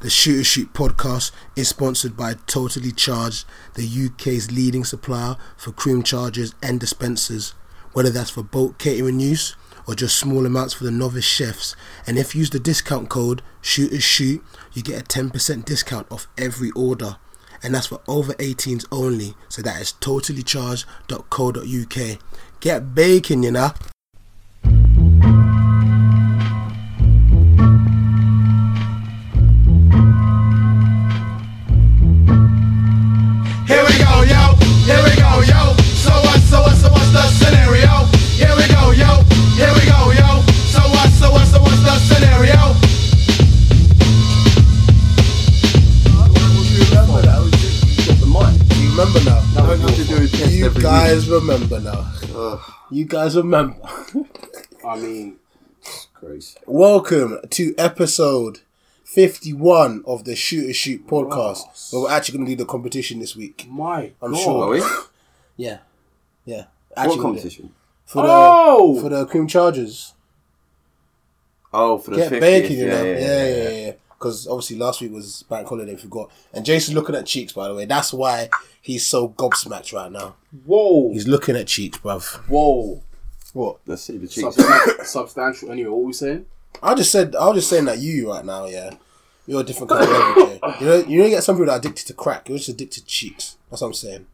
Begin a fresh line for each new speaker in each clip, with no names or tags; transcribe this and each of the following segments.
The Shooter Shoot podcast is sponsored by Totally Charged, the UK's leading supplier for cream chargers and dispensers, whether that's for bulk catering use or just small amounts for the novice chefs. And if you use the discount code Shooter Shoot, you get a 10% discount off every order. And that's for over 18s only. So that is totallycharged.co.uk. Get baking, you know.
Here we go, yo. Here we go, yo. So what? So what? So what's the scenario? Here we go, yo. Here we go, yo. So what? So what? So what's the scenario?
You remember now.
was Don't have to awful. do a test
you
every
guys remember now. You guys remember.
I mean, Christ.
Oh Welcome to episode 51 of the Shooter Shoot podcast.
Ross.
Where we're actually going to do the competition this week.
My
I'm
God.
sure.
Sure.
Are
Are
we?
we?
Yeah. Yeah.
What
gonna do it.
competition?
For the,
Oh!
for the cream chargers.
Oh, for the
Get
50th.
baking, you know.
yeah, yeah, yeah, yeah.
Because obviously last week was bank holiday, we forgot. And Jason's looking at cheeks, by the way. That's why he's so gobsmacked right now.
Whoa,
He's looking at cheeks, bruv.
whoa,
What?
Let's see the cheese.
Substan- substantial. Anyway, what we saying?
I just said I was just saying that you right now, yeah. You're a different kind of level, Jay. You know you don't get some people that are addicted to crack, you're just addicted to cheeks. That's what I'm saying.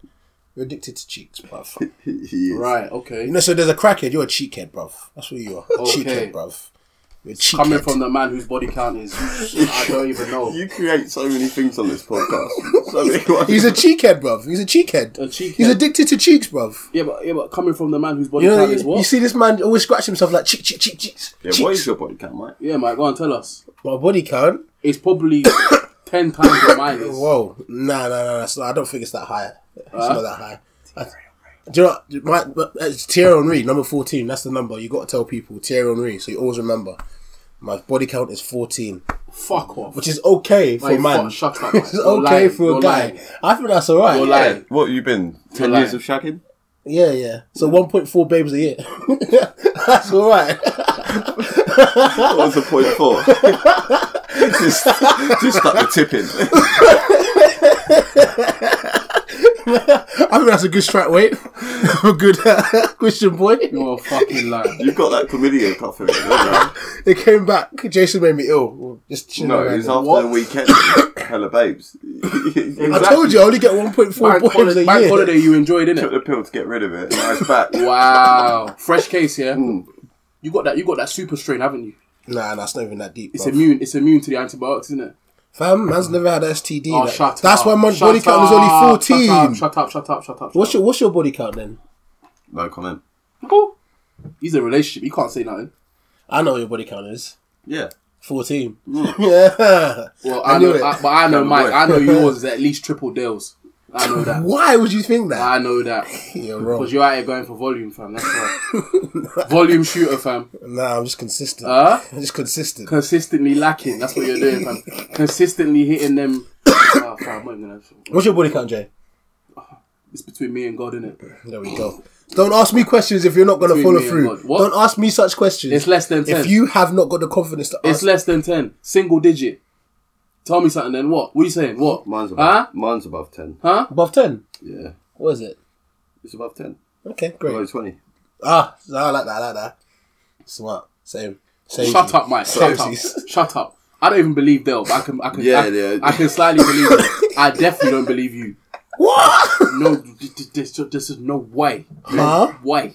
You're addicted to cheeks, bruv.
He is.
Right,
You
okay.
know, so there's a crackhead, you're a cheekhead, bruv. That's what you are. A
Okay.
Cheekhead, bruv. You're a cheekhead.
Coming from the man whose body count is, I don't even know.
You create so many things on this podcast. so many ones.
He's a cheekhead, bruv. He's a cheekhead.
A cheekhead.
He's addicted to cheeks, bruv.
yeah, but yeah, but coming from the man whose body
You know,
count is
you,
what?
you see this man always scratch himself like cheek, cheek, cheek, cheeks.
yeah,
cheeks.
what is your body count, Mike?
yeah, Mike, go on, tell us.
My body count?
It's probably ten times what mine is.
Whoa, nah, nah, nah, nah. So I don't think it's that high. It's
Uh-huh.
not that high. I, do you know what? my, my it's Thierry Henry number fourteen? That's the number you got to tell people. Thierry Henry, so you always remember. My body count is fourteen,
Fuck off.
which is okay for a
Like,
man.
fuck, shut up.
it's
You're
okay
lying.
for a
You're
guy.
lying.
I think that's alright.
You're lying. Hey.
What have you been? 10
You're
years of shagging?
Yeah, yeah. So one point four babes a year. that's alright.
What was the point for? just, just like the tipping.
I think that's a good strike weight. a good Christian boy.
You're a fucking liar.
You've got that chlamydia cough in it. don't
They came back. Jason made me ill. Just
you?
chilling
No,
around
it's
him.
after
What?
the weekend. Hella babes. exactly.
I told you I only get 1.4
Bank
boys a
holiday, bank
year.
holiday you enjoyed,
Took
innit?
the pill to get rid of it. Now it's back.
Wow, fresh case here.
Hmm.
You got that. You got that super strain, haven't you?
Nah, nah, it's not even that deep.
It's
bruv.
immune. It's immune to the antibiotics, isn't it?
Fam, man's never had a STD.
Oh,
like-
shut
That's
up.
why my
Shut
body count is only
up,
14.
Shut up, shut up, shut up, shut up.
What's your What's your body count then?
No comment.
He's in a relationship. You can't say nothing.
I know what your body count is.
Yeah.
14.
Mm.
Yeah.
Well,
I
I,
knew
know,
it.
I, but I know,
Can't
Mike.
avoid.
I know yours is at least triple deals. I know that.
Why would you think that?
I know that.
You're
Because
wrong.
you're out here going for volume, fam. That's right. volume shooter, fam.
Nah, I'm just consistent.
Huh?
I'm just consistent.
Consistently lacking. That's what you're doing, fam. Consistently hitting them. Oh, fam, I'm not even gonna-
What's your body count, Jay?
It's between me and God, innit?
There we go. Don't ask me questions if you're not going to
Between
follow
me and
through.
God. What?
Don't ask me such questions.
It's less than 10.
If you have not got the confidence to
It's
ask,
less than 10. Single digit. Tell me something then. What? What are you saying? What?
Mine's
Huh?
above, mine's above 10.
Huh?
above 10.
Yeah.
What is it?
It's above 10.
Okay,
Below
great.
20.
Ah, I like that. I like that. Smart. Same. Same.
Shut up, Mike. Shut up.
Safeties.
Shut up. I don't even believe Dell, but I can, I can,
Yeah,
I,
yeah.
I can slightly believe it. I definitely don't believe you.
What?
No, th- th- there's, ju- there's just no way. No
Huh?
way.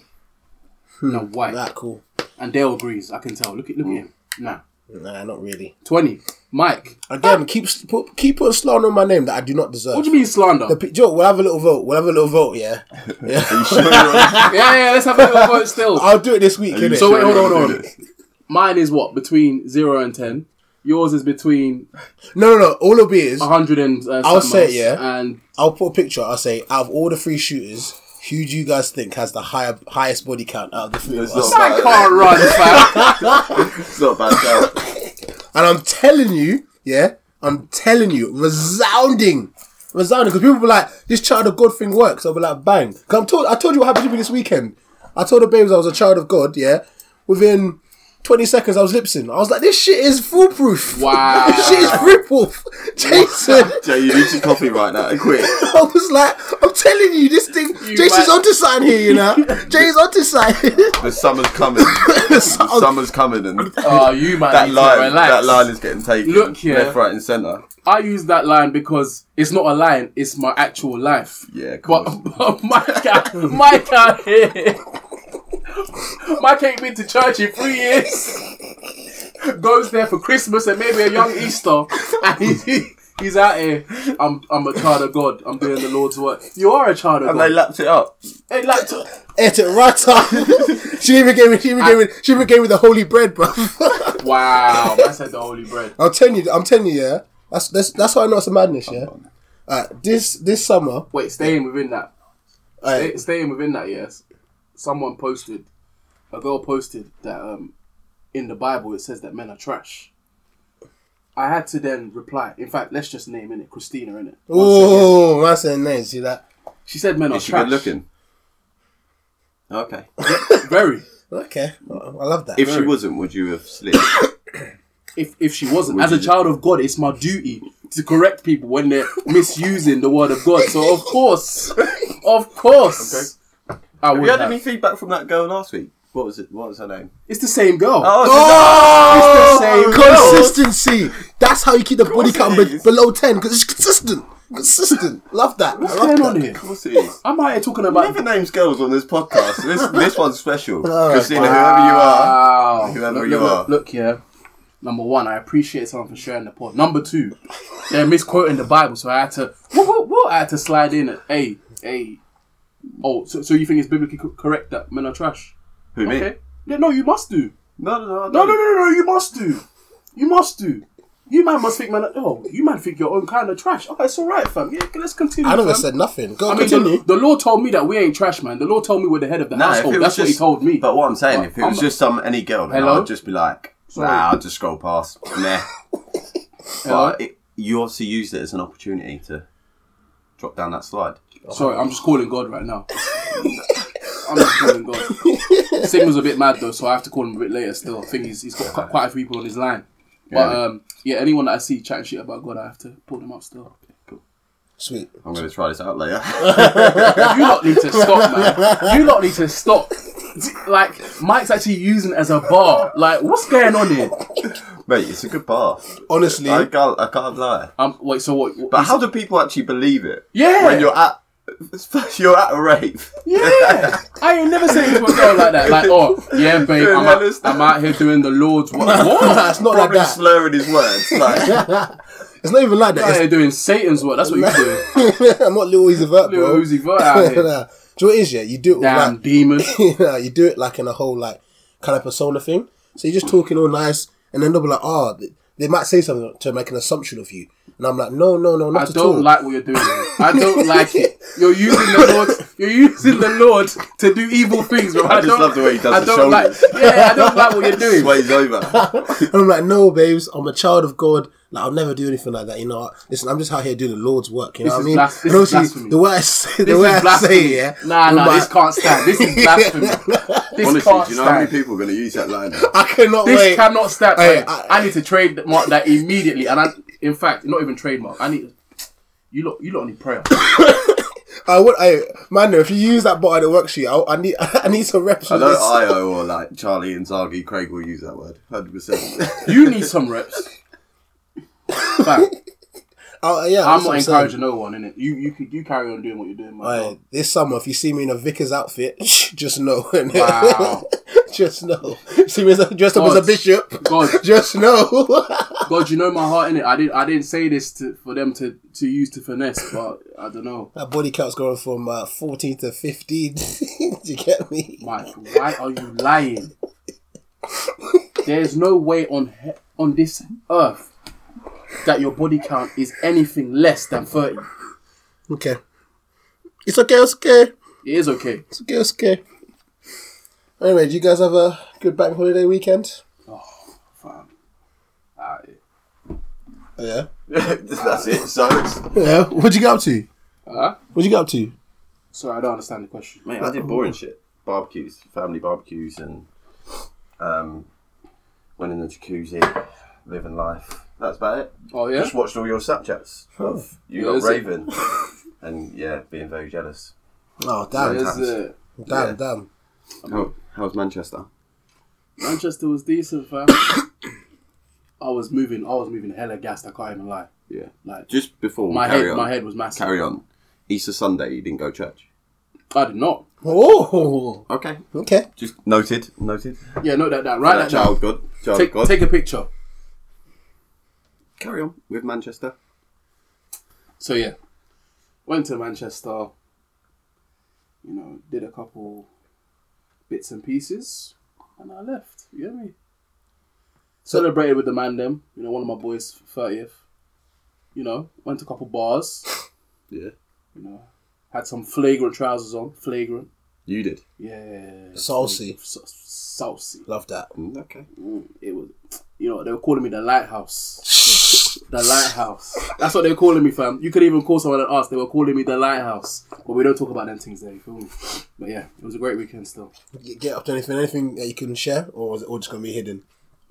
No way.
That cool.
And Dale agrees. I can tell. Look at, look at him. Nah.
Nah, not really.
20. Mike.
Again, keep put, keep putting slander on my name that I do not deserve.
What do you mean slander?
The, p- Joe, we'll have a little vote. We'll have a little vote. Yeah, yeah.
yeah, yeah, let's have a little vote still.
I'll do it this week. Innit?
So wait, hold on, hold
Do
on. Mine is what? Between 0 and 10. Yours is between
no, no, no. All it'll be is
100 and. Uh,
I'll
something
say it,
else.
yeah.
And
I'll put a picture. I'll say out of all the three shooters, who do you guys think has the higher highest body count out of the three of
It's
us?
not,
I
bad,
can't run, fam.
it's not a bad shout.
And I'm telling you, yeah, I'm telling you, resounding, resounding. Because people be like, "This child of God thing works." I'll be like, "Bang!" 'Cause I'm told, I told you what happened to me this weekend. I told the babes I was a child of God. Yeah, within 20 seconds, I was lipsing. I was like, this shit is foolproof.
Wow.
this shit is foolproof. Jason,
Jay, you need your coffee right now. Quick.
I was like, I'm telling you, this thing, Jason's
might-
onto something here, you know? Jason's onto something.
The summer's coming. the summer's coming, and
Oh, you man,
that
need
line,
to relax.
that line is getting taken.
Look here.
left, right, and centre.
I use that line because it's not a line; it's my actual life.
Yeah, of
but,
course.
but Mike, out- Mike out here. Mike ain't been to church in three years. Goes there for Christmas and maybe a young Easter, and he's, he's out here. I'm I'm a child of God. I'm doing the Lord's work. You are a child of
And
God.
they lapped it up.
Hey, like to-
Ate it right up. she even gave me, she even gave me, she even gave me the holy bread, bro.
wow, that's like the holy bread.
I'm telling you, I'm telling you, yeah. That's that's that's how I know it's a madness, yeah. Alright, this this summer,
Wait, staying within that.
alright,
Stay- Staying within that, yes. Someone posted, a girl posted that um, in the Bible it says that men are trash. I had to then reply. In fact, let's just name in it Christina in it.
oh, man, said nice. See that?
She said men are
Is she
trash.
good looking? Okay.
Very.
Okay, I love that.
If she wasn't, would you have slipped?
If if she wasn't,
Would
as a
you-
child of God, it's my duty to correct people when they're misusing the word of God. So of course, of course, I would
you had
have.
any feedback from that girl last week? What was it? What was her name?
It's the same girl.
Oh,
Oh,
it's the same
Consistency. That's how you keep the body count
it
be-
is.
below ten because it's consistent. Consistent. Love that. I
What's
love
going
that.
on here?
Of course it is.
I'm out here talking
Whoever
about.
names girls on this podcast, this this one's special.
Alright.
Christina, whoever you are,
Wow.
Whoever
look,
you
look,
are.
Look here. Number one, I appreciate someone for sharing the pod. Number two, they're misquoting the Bible, so I had to, woo, woo, woo, I had to slide in. it. Hey, hey. Oh, so, so you think it's biblically co- correct that men are trash?
who me?
Okay. Yeah, no, you must do.
No, no, no,
No, no, no, no, no, you must do. You must do. You man must think man. Oh, you man think your own kind of trash. Okay, it's all right, fam. Yeah, let's continue.
I never
fam.
said nothing. Go
I mean,
continue.
the, the law told me that we ain't trash, man. The law told me we're the head of the
Nah, if
household.
it was
That's what he
just-
told me.
But what I'm saying, if it was
I'm-
just some any girl, then
Hello?
I'd just be like,
Sorry.
nah, I'll just scroll past. nah.
Hello?
But it, you obviously used it as an opportunity to drop down that slide.
Sorry, I'm just calling God right now. I'm just calling God. Signal's a bit mad though, so I have to call him a bit later still. I think he's, he's got quite, quite a few people on his line. But
Yeah.
um, yeah, anyone that I see chatting shit about God, I have to pull them up still.
Sweet.
I'm going to try this out later.
You lot need to stop, man. You lot need to stop. Like, Mike's actually using it as a bar. Like, what's going on here?
Mate, it's a good path.
Honestly,
I can't, I can't lie.
Um, wait, so what? what-
But how do people actually believe it?
Yeah.
When you're at you're at a rave.
Yeah, I ain't never saying to a girl like that. Like, oh, yeah, babe,
Doing
I'm
hella
out,
stuff.
I'm out here doing the Lord's work. What?
it's not like
Probably
that.
slurring his words. Like,
it's not even like
Out
that.
here doing Satan's work. That's what you do.
It's- I'm not little Uzi Vert,
Little
bro.
Uzi Vert out here.
Nah. Do you know what it is? Yeah, you do it with
Damn
like
demon.
you know, you do it like in a whole like kind of persona thing. So you're just talking all nice, and then they'll be like, "Oh, th- they might say something to make an assumption of you," and I'm like, "No, no, no,
I
not at all."
don't like what you're doing. I don't like it. You're using the Lord. You're using the Lord to do evil things. Bro. I,
just
don't-
love the way he does
I
the
don't
shoulders.
like. Yeah, I don't like what you're doing.
sways over.
and I'm like, "No, babes, I'm a child of God. Like, I'll never do anything like that. You know, listen, I'm just out here doing the Lord's work. You know
This
what I mean?
is blas- this
And
is
obviously,
blasphemy.
the way I say, the
This
way
is
I
blasphemy.
say, it, yeah,
Nah,
with
nah,
my-
this can't stand. This is blasphemy. This
Honestly,
can't
do you know how many
stand.
people are going to use that line?
I cannot
This
wait.
cannot stand.
Hey,
man.
I-
I, need to trademark that immediately. And I, in fact, not even trademark. I need you. Lot, you lot need prayer.
I would, I, man, if you use that bot on the worksheet, I, I need, I need some reps.
I
with
know
this.
Io or like Charlie and Zagi, Craig will use that word. 100%.
You need some reps. Fact.
Oh, yeah,
I'm
that's
not
what saying.
encouraging no one in it. You you could you carry on doing what you're doing, man.
Alright, this summer, if you see me in a vicar's outfit, just know. innit?
Wow.
just know. See me as a, dressed up as a
God.
bishop.
God,
Just know.
God, you know my heart in it. I didn't I didn't say this to, for them to, to use to finesse, but I don't know.
that body count's going from uh, 14 to 15. Do you get me?
Mike, why are you lying? There's no way on he- on this earth that your body count is anything less than thirty.
Okay. It's okay, it's okay.
It is okay.
It's okay, it's okay. Anyway, do you guys have a good bank holiday weekend?
Fam. Alright.
Yeah.
That's it. So it's,
Yeah. What'd you get up to?
Huh?
What'd you get up to?
Sorry, I don't understand the question.
mate, I did boring shit. Barbecues, family barbecues, and um, went in the jacuzzi, living life. That's about it.
Oh yeah.
Just watched all your Snapchats of you
Yeah,
lot
that's it.
raving, and yeah, being very jealous.
Oh damn,
There's, uh,
damn,
yeah.
damn.
How, how's Manchester?
Manchester was decent, fam. I was moving. I was moving hella gassed. I can't even lie.
Yeah.
Like
Just before we
my
carry
head,
on,
my head was massive.
carry on. Easter Sunday, you didn't go to church.
I did not.
Oh,
Okay.
okay.
Just noted. Noted.
Yeah, note that down. Write
That
that down.
child God. Child
Take,
God.
take a picture.
Carry on with Manchester.
So yeah, went to Manchester. You know, did a couple bits and pieces, and I left. You know me. Celebrated with the man them. You know, one of my boys, thirtieth. You know, went to a couple bars.
Yeah.
You know, had some flagrant trousers on. Flagrant.
You did.
Yeah.
Saucy.
S- Saucy.
Love that.
Mm, okay.
Mm, It was, you know, they were calling me the lighthouse. The lighthouse. That's what they were calling me, fam. You could even call someone and ask. They were calling me the lighthouse. But we don't talk about them things there, you feel me? But yeah, it was a great weekend still.
Get, get up to anything, anything that you can share, or was it all just gonna be hidden?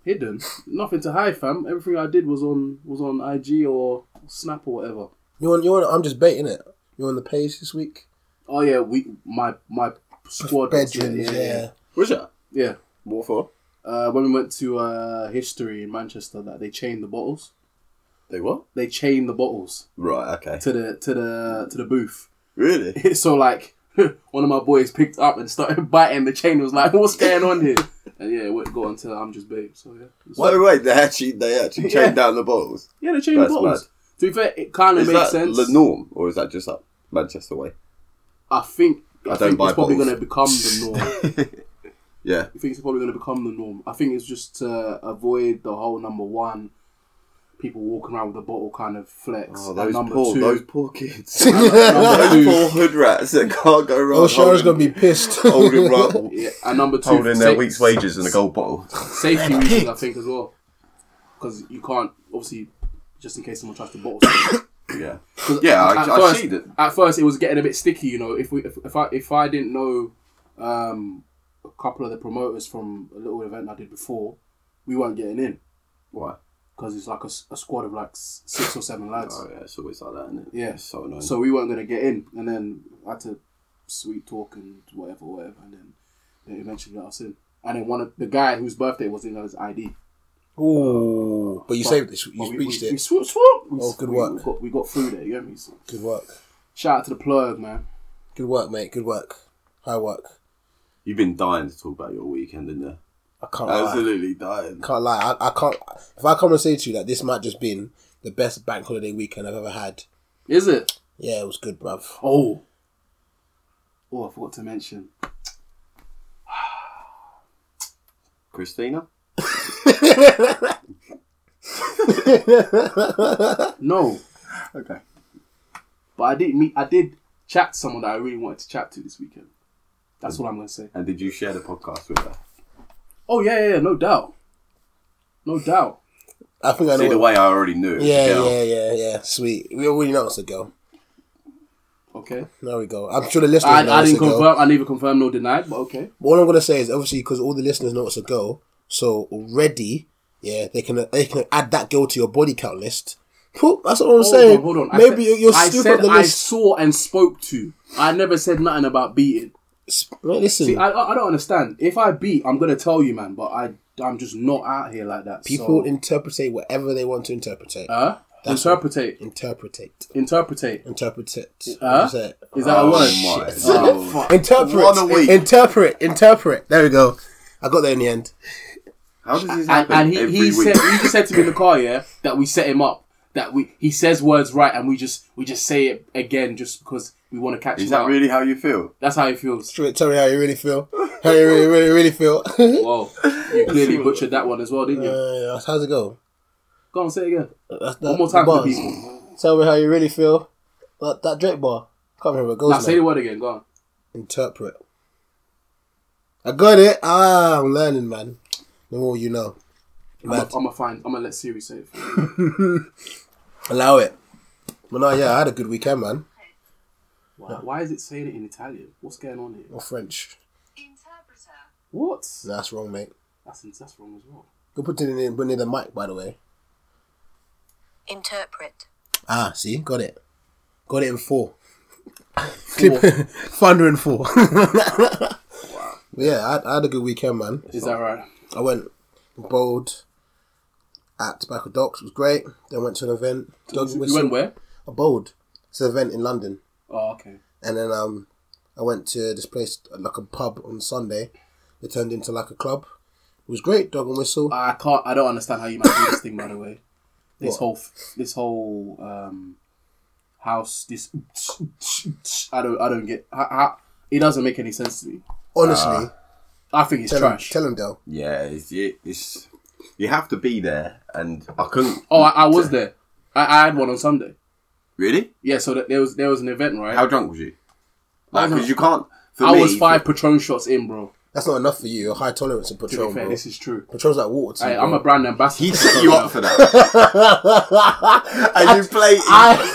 Hidden. Nothing to hide, fam. Everything I did was on was on IG or Snap or whatever.
You on? You on? I'm just baiting it. You on the page this week?
Oh yeah, we my my squad. was there,
Bedrooms, yeah.
Was that?
yeah.
What for?
Uh, when we went to uh, history in Manchester, that they chained the bottles.
They what?
They chained the bottles
Right. Okay.
to the to the to the booth.
Really?
so like one of my boys picked up and started biting the chain. Was like, "What's going on here?" And yeah, it got until I'm just babe. So yeah, It's
By
like-
the way, they actually they actually
Yeah.
chained down the bottles.
yeah, the chain
That's
bottles. To be fair, it kind of
Is
makes
that
sense.
the norm, or is that just up Manchester way?
I think I,
don't
think
buy
it's probably
bottles.
going to become the norm.
Yeah.
I think it's probably going to become the norm. I think it's just to avoid the whole number one, people walking around with a bottle kind of flex.
Oh,
and
those
number
poor,
two,
those poor kids,
number
those
two-
poor hood rats that can't go wrong.
Oh, Sharon's gonna be pissed.
holding, holding,
yeah, and number two
holding their
safe-
week's wages in a gold bottle.
safety reasons, I think, as well, because you can't obviously just in case someone tries to bottle.
Yeah, yeah, I,
at
I
first,
see that.
At first, it was getting a bit sticky. You know, if we if, if I if I didn't know um, a couple of the promoters from a little event I did before, we weren't getting in
Why?
because it's like a, s- a squad of like s- six or seven lads.
Oh yeah, it's always like that, isn't it?
Yeah.
It's so annoying.
So we weren't gonna get in, and then I had to sweet talk and whatever, whatever, and then they eventually let us in. And then one of the guy whose birthday was in his ID.
Ooh, but you saved it. You
But we-
reached
we,
it.
We, sw- sw- we,
Oh, good
we,
work.
We got, we got through there. You know me? So
Good work.
shout out to the plug, man.
Good work, mate. Good work. High work.
You've been dying to talk about your weekend, didn't you?
I
Oh,
can't. lie.
Absolutely dying.
can't lie. I, I can't. If I come and say to you that this might just been the best bank holiday weekend I've ever had,
Is it?
yeah, it was good, bruv.
Oh. Oh, I forgot to mention.
Christina,
No,
okay,
but I did meet. I did chat to someone that I really wanted to chat to this weekend. That's all I'm gonna say.
and did you share the podcast with her?
Oh yeah, yeah, yeah no doubt, no doubt.
I think I know.
See the
what-
way I already knew. It was a
yeah,
girl.
yeah, yeah, yeah. Sweet. We already know it's a girl.
Okay.
There we go. I'm sure the listeners
I,
know
I
it's
didn't
a girl.
confirm. I neither confirmed nor denied. But okay.
All I'm gonna say is obviously because all the listeners know it's a girl, so already, yeah, they can they can add that girl to your body count list. Phew, That's all I'm
Hold
saying.
on, hold on. I
Maybe
said-
you're, you're
I
still
said
on the
I
list.
saw and spoke to. I never said nothing about beating.
Well, Listen,
See, I, I I don't understand. If I beat, I'm gonna tell you, man. But I I'm just not out here like that.
people
so,
interpretate whatever they want to interpretate.
uh, interpretate,
interpretate.
interpretate.
Interpret it.
Uh?
What is it?
Is that a word?
my
Oh,
God.
fuck.
Interpret.
One a week.
Interpret. Interpret. There we go. I got there in the end.
How does this
and,
happen
and he,
every
he
week?
said he just said to me in the car, yeah, that we set him up. That we he says words right, and we just we just say it again just because we want to catch
Is
him
that
out.
really how you feel?
That's how he feels.
Tell tell me how you really feel. How you really, really, really feel.
Whoa, you clearly butchered that one as well, didn't you?
Uh, how's it go?
Go on, say it again.
That's that,
One more time
the
for the
bars.
people.
Tell me how you really feel. That, that Drake bar. Can't remember. It goes
Now say the
now.
word again. Go on.
Interpret. I got it. Ah, I'm learning, man. The more you know.
I'm
Mad.
gonna find. I'm gonna let Siri say it. for you.
Allow it. But no, yeah, I had a good weekend, man.
Why, why is it saying it in Italian? What's going on here?
Or French.
Interpreter.
What?
Nah, That's wrong, mate.
That's that's wrong as well.
You're putting it in, near the mic, by the way.
Interpret.
Ah, see, got it. Got it in four. Clip Thunder in four. Yeah, I, I had a good weekend, man.
Is that right?
I went bowled at Tobacco Docks, it was great. Then went to an event. Dog
You went where?
I bowled. It's an event in London.
Oh, okay.
And then um, I went to this place, like a pub on Sunday. It turned into like a club. It was great, dog and whistle.
I can't. I don't understand how you might do this thing. By the way, this whole this whole um, house. This I don't. I don't get. I, I, it doesn't make any sense to me.
Honestly,
I think it's
tell, him,
Ah, trash.
tell him, Del.
Yeah, it's, it, it's you have to be there, and I couldn't
oh, I, I was there. I, I had one on Sunday.
really.
Yeah, so that- there was there was an event, right?
How drunk was you? Like,
know.
because you can't. For
I
me,
was five Patron shots in, bro.
That's not enough for you. Your high tolerance of
To
Patron,
be fair,
bro.
this is true.
Patron's like water to
I,
you,
I'm a
bro.
brand ambassador.
He set you up for that, and you played.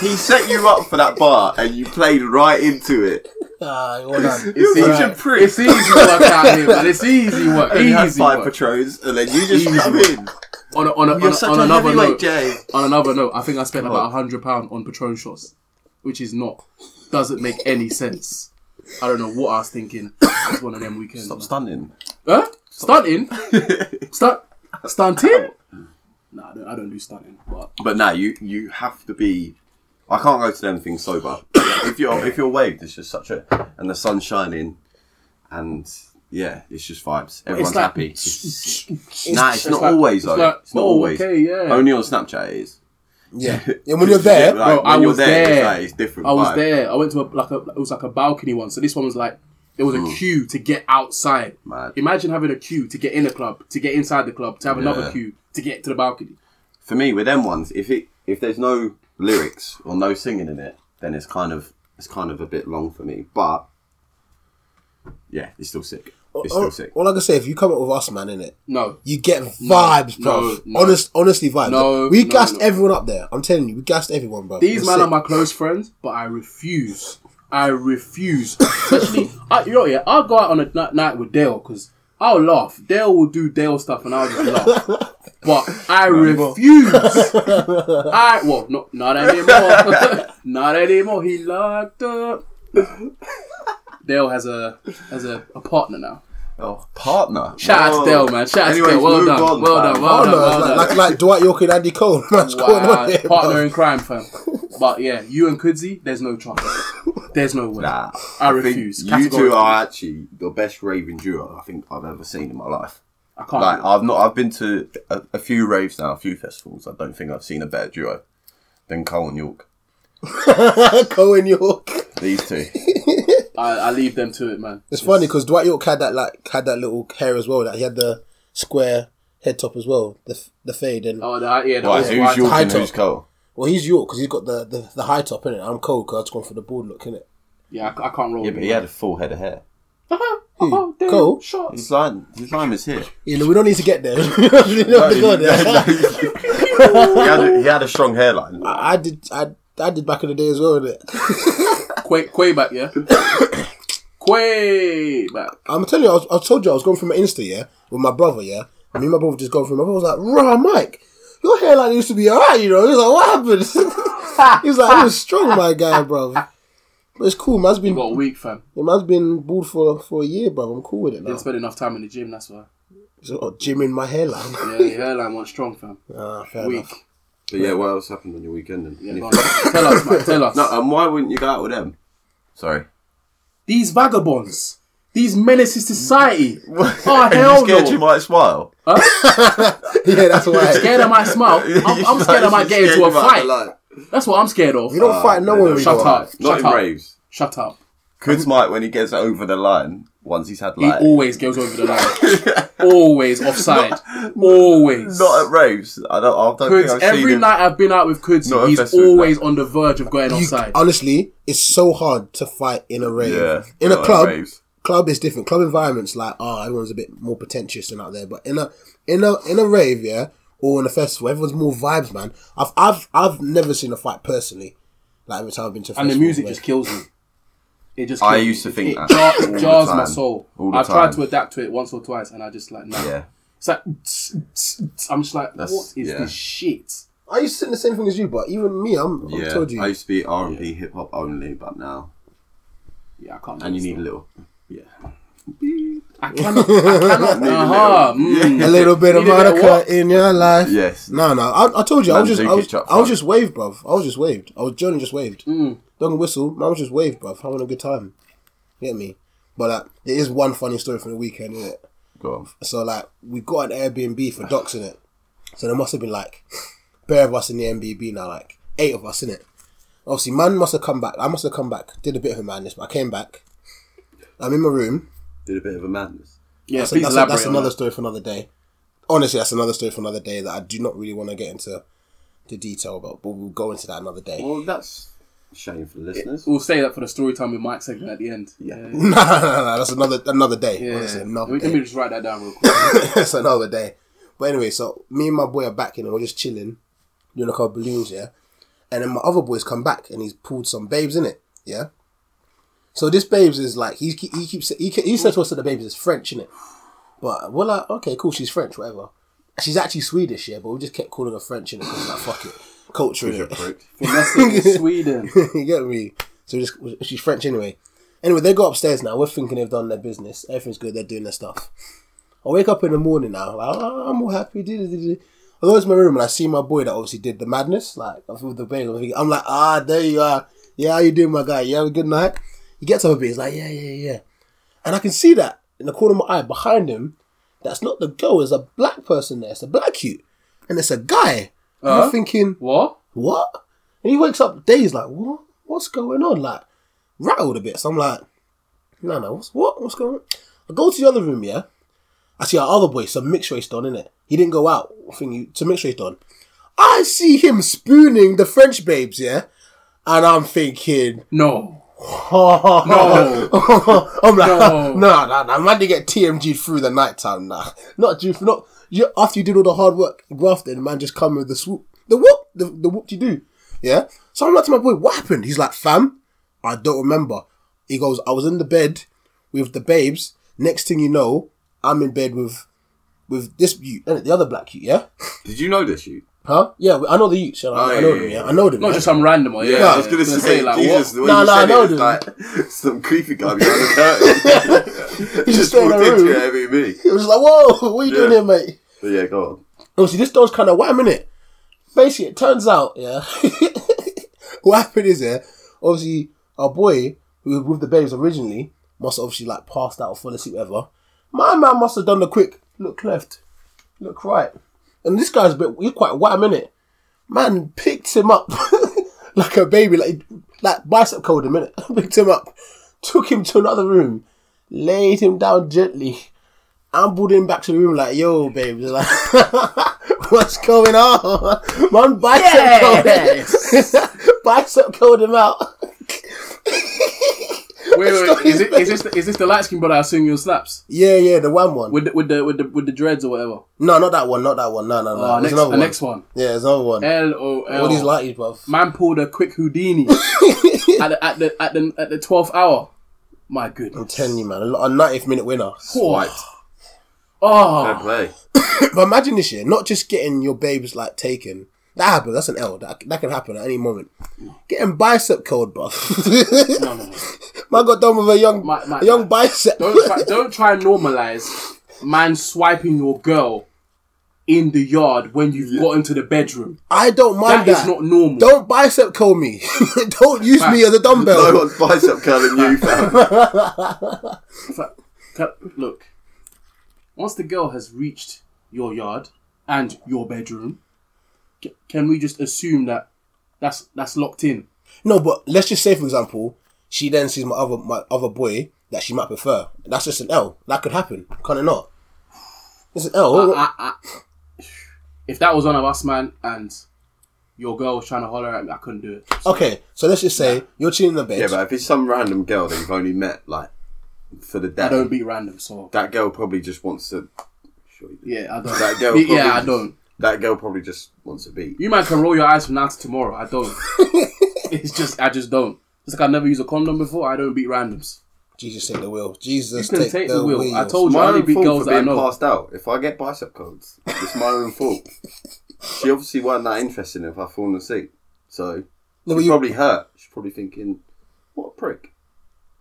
he set you up for that bar, and you played right into it.
Ah, well done.
You're
easy.
such a prick.
It's easy work out here, man. It's easy work.
And you had
Easy
five
work.
patrons, and then you just
Easy
come
work.
in.
On, a, on, a, on,
You're
a-
such
on
a
another
heavyweight,
note,
Jay.
on another note, I think I spent about a hundred pound on Patron shots, which is not doesn't make any sense. I don't know what I was thinking. It's one of them weekends.
Stop
Stop,
stunning.
huh? Stunting? Stunt? Stunting? Nah, I don't, I don't do stunting. But
But now you you have to be. I can't go to them things sober. if you're if you're waved, it's just such a and the sun's shining, and yeah, it's just vibes. Everyone's
like-
happy. It's- nah, it's, not
like- it's
always though.
like,
it's not
oh,
always.
okay, yeah.
Only on Snapchat it is.
Yeah. And when you're there,
Like,
Bro, I
when you're
was there.
It's, like, it's different.
I was
vibe.
there. I went to a, like a it was like a balcony one. So this one was like there was a queue to get outside.
Hmm. Mad.
Imagine having a queue to get in a club, to get inside the club, to have another
Yeah.
queue to get to the balcony.
For me, with them ones, if it if there's no lyrics or no singing in it, then it's kind of it's kind of a bit long for me. But yeah, it's still sick. It's
all,
still sick.
all I can say, if you come up with us, man, innit?
No,
You get vibes,
no,
bro.
no.
Honest, honestly, vibes.
No,
we
no,
gassed
no.
everyone up there. I'm telling you, we gassed everyone, bro.
These
We're
men
sick.
are my close friends, but I refuse. I refuse. Especially, I, you know, yeah, I'll go out on a ni- night with Dale because I'll laugh. Dale will do Dale stuff and I'll just laugh. But I refuse. I well, no, not anymore. not anymore. He locked up. Dale has a has a, a partner now.
Oh, partner.
Shout out to Dale, man. Shout out
Anyways,
to Dale. Well
move
done.
on,
well
fam.
done. Well
Oh,
done.
no,
Well
it's
done.
like, like, like Dwight York and Andy Cole. That's going
Wow,
on here, bro.
partner in crime, fam. But yeah, you and Kudzi, there's no chance. There's no way.
Nah,
I
think
refuse.
You two
Categorically.
are actually the best raving duo I think I've ever seen in my life.
I can't.
Like
do it.
I've not, I've been to a, a few raves now, a few festivals. I don't think I've seen a better duo than Cole and York.
Cole and York.
These two.
I, I leave them to it, man.
It's funny because Dwight York had that like had that little hair as well. Like he had the square head top as well, the f- the fade. And
Oh, the, yeah. The
Right,
old
who's
white-
York
high
and who's
top.
Cole?
well, he's York because he's got the, the, the high top in it. I'm Cole because I've gone for the board look in it.
Yeah, I, I can't roll.
Yeah, but he had a full head of hair.
oh, oh, damn,
Cool.
Shots.
His line, his line is here.
You know, we don't need to get there. We don't need to go there.
He had, a, he had a strong hairline.
I did I I did back in the day as well. Innit?
Mm.
Quay, Quay back, yeah. Quay back.
I'm telling you, I, was, I told you I was going through my Insta, yeah, with my brother, yeah. Me and my brother just going through. My brother was like, "Raw, Mike, your hairline used to be alright, you know." He was like, "What happened?" he was like, "It was strong, my guy, bro." But it's cool. Man's been
Got a week, fam.
the man's been bald for for a year, bro. I'm cool with it now.
Didn't spend enough time in the gym. That's why.
It's not gymming my hairline.
Yeah, your hairline went strong, fam.
ah, fair
Weak.
enough.
But yeah, what else happened on your weekend? Then?
Yeah,
Anything?
go on. tell us, man. Tell us.
no, and why wouldn't you go out with them? Sorry.
These vagabonds. These menaces to society. oh
Are you
hell
scared
no!
you might smile?
Yeah, that's why.
scared I might smile. I'm, I'm scared I might get into a fight. That's what I'm scared of.
We don't fight no one. we
Shut
don't.
up.
Not
Shut
in
up.
raves.
Shut up.
Could Mike when he gets over the line once he's had
He
like
always goes over the line. always offside. always.
not at raves. I don't. I don't think
Because
I've seen
every
him.
night I've been out with Kuds,
Not
he's
obsessed with
always on the verge of going
You-
offside.
honestly, it's so hard to fight in a rave.
Yeah,
in a
not at
club,
raves.
club is different. Club environments like oh, everyone's a bit more pretentious than out there. But in a in a in a rave, yeah, or in a festival, everyone's more vibes, man. I've I've I've never seen a fight personally. Like every time I've been to a
and the
festival,
music
where-
just kills me. It just
I
kills
used
me.
to think
it,
that
jar-
all
it
the
jars my
time.
soul.
All the
I've tried
time.
to adapt to it once or twice and I just like, nah.
Yeah.
It's like tss, tss, tss. I'm just like,
That's-
what is
yeah.
this shit?
I used to sing the same thing as you, but even me, I'm. I
Yeah,
told you.
I used to be R and B, hip hop only, but now
Yeah, I can't.
and you
do
need a
this
little. Yeah,
now. I cannot. I cannot.
Need a
uh-huh.
little-
mm.
Yeah.
a little bit of
You did a bit of
Monica in your life.
Yes.
No, no. I, I told you. I was
Man,
just.
do
I was,
catch up
I was
front.
just waved, bruv. I was just waved. I was Jordan just waved. Mm. Dog and whistle. Man was just waved, bruv. Having a good time. You get me? But like, there is one funny story from the weekend, isn't it?
Go on.
So like, we got an Airbnb for docs in it. So there must have been like, pair of us in the MBB now, like eight of us in it. Obviously, man must have come back. I must have come back. Did a bit of a madness, but I came back. I'm in my room.
Did a bit of a madness.
Yeah,
That's,
please
that's,
elaborate
that's
on
another
that.
story for another day. Honestly, that's another story for another day that I do not really want to get into the detail about, but we'll go into that another day.
Well, that's a shame for the listeners.
We'll say that for the story time with Mike segment at the end. Yeah.
no, no, no, no, that's another another day.
Yeah.
Honestly,
Let,
another
me, let me
day.
just write that down real quick.
it's another day. But anyway, so me and my boy are back, you know, we're just chilling, doing a couple balloons, yeah. And then my other boy's come back and he's pulled some babes in it, yeah. So this babes is like he he keeps he, ke- he said to us that the babes is French, innit? But we're like, okay, cool, she's French, whatever. She's actually Swedish, yeah, but we just kept calling her French, innit? Because like, fuck it, culture, innit?
Prick.
Finessing in Sweden.
you get me? So just she's French anyway. Anyway, they go upstairs now. We're thinking they've done their business. Everything's good. They're doing their stuff. I wake up in the morning now. Like, "Oh, I'm all happy. did it, did it." I go into my room and I see my boy that obviously did the madness. Like I feel the pain. I'm thinking- I'm like, ah, there you are. Yeah, how you doing, my guy? You have a good night. He gets up a bit. He's like, yeah, yeah, yeah. And I can see that in the corner of my eye behind him. That's not the girl. There's a black person there. It's a black you, and it's a guy. And
Uh-huh.
I'm thinking,
What?
what? And he wakes up days like, what? What's going on? Like, rattled a bit. So I'm like, no, no, what's what? What's going on? I go to the other room, yeah. I see our other boy, some mixed race don, innit? He didn't go out. I think you to mixed race don. I see him spooning the French babes, yeah. And I'm thinking,
No.
oh,
No.
I'm like, no,
No.
no, no, no. Man, you get TMG through the night time, nah. Not due for not. You, after you did all the hard work, grafting, man, just come with the swoop, the whoop, the, the whoop you do, yeah. So I'm like to my boy, what happened? He's like, fam, I don't remember. He goes, I was in the bed with the babes. Next thing you know, I'm in bed with with this you, the other black you, yeah,
Did you know this? You.
huh? Yeah, I know the youths. Yeah, I, I
Oh,
know
yeah,
them. Yeah,
yeah,
I know them.
Not
yeah.
just some random one. Yeah,
I was gonna, say, like, Jesus, the way
Nah,
you
nah,
said
I know
it,
them.
it's like some creepy guy behind the curtain.
He's just
walked
in the
into
room.
it, I mean, me.
It was like, whoa, what are you doing
Yeah.
here, mate?
But yeah, go on.
Obviously, Oh, this dog's kind of wham in it. Basically, it turns out, yeah, what happened is, yeah, obviously, our boy who was with the babes originally must have obviously like passed out or fall asleep, whatever. My man must have done the quick look left, look right, and this guy's a bit he's quite wham in it. Man picked him up like a baby, like like bicep cold him minute. picked him up, took him to another room, laid him down gently ambled in back to the room like, yo, babe, like, what's going on? Man, bicep
Yes.
cold him. bicep cold him out.
Wait, wait, wait. Is, it, is this the, is this the light skin brother I assume you on slaps
Yeah, yeah, the one one.
with the, with the with the with the dreads or whatever?
No, not that one, not that one. No, no, no.
Oh,
There's
next,
another
the next one.
Yeah, there's another one.
L O L.
All these lighties, bruv.
Man pulled a quick Houdini at the at the at the at the twelfth hour. My
I'm
goodness.
telling you, man, a lo- a 90th minute winner.
White. Fair
Oh,
play.
But imagine this year, not just getting your babes like taken. That happens. That's an L. That, that can happen at any moment. Getting bicep cold, bruv.
no, no, no.
man got done with a young,
My- my-
a young bicep.
Don't try, don't try and normalize man swiping your girl in the yard when you've got into the bedroom.
I don't mind that.
That is not normal.
Don't bicep curl me. Don't use me as a
No
dumbbell.
one's bicep curling you, fam.
It's like, c- look, once the girl has reached your yard and your bedroom, c- can we just assume that that's that's locked in?
No, but let's just say, for example, she then sees my other my other boy that she might prefer. That's just an L. That could happen. Can it not? It's an L.
I, I, if that was one of us, man, and your girl was trying to holler at me, I couldn't do it.
okay, so let's just say you're chilling in the bed.
Yeah, but if it's some random girl that you've only met, like, for the
I
day,
don't be random, so
that girl probably just wants to. Sure you do.
yeah, I don't.
That girl
yeah,
probably
I
just-
don't.
That girl probably just wants to beat.
You man can roll your eyes from now to tomorrow. I don't. it's just I just don't. It's like I never used a condom before. I don't beat randoms.
Jesus take the wheel. Jesus
You can
take, the, wheel.
I told you,
my
I only
own
beat
fault
girls
for
that I
being
know.
passed out. If I get bicep codes, it's my own fault. She obviously wasn't that interested if I fallen asleep. So
No, but
she
you
probably hurt. She's probably thinking, "What a prick."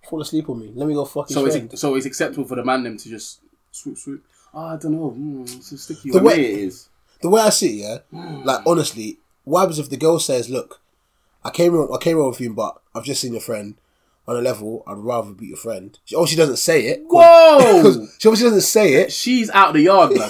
fall asleep on me. Let me go fucking.
So
shred.
it's so it's acceptable for the man them to just swoop swoop. Ah, I don't know. Mm, it's a sticky
The
one.
For
way-
me, it is.
the way I see it, yeah, like honestly, what happens if the girl says, "Look, I came wrong, I came wrong with you, but I've just seen your friend." On a level, I'd rather beat your friend. She, oh, she doesn't say it.
Whoa!
'Cause she obviously doesn't say it.
She's out the yard, man.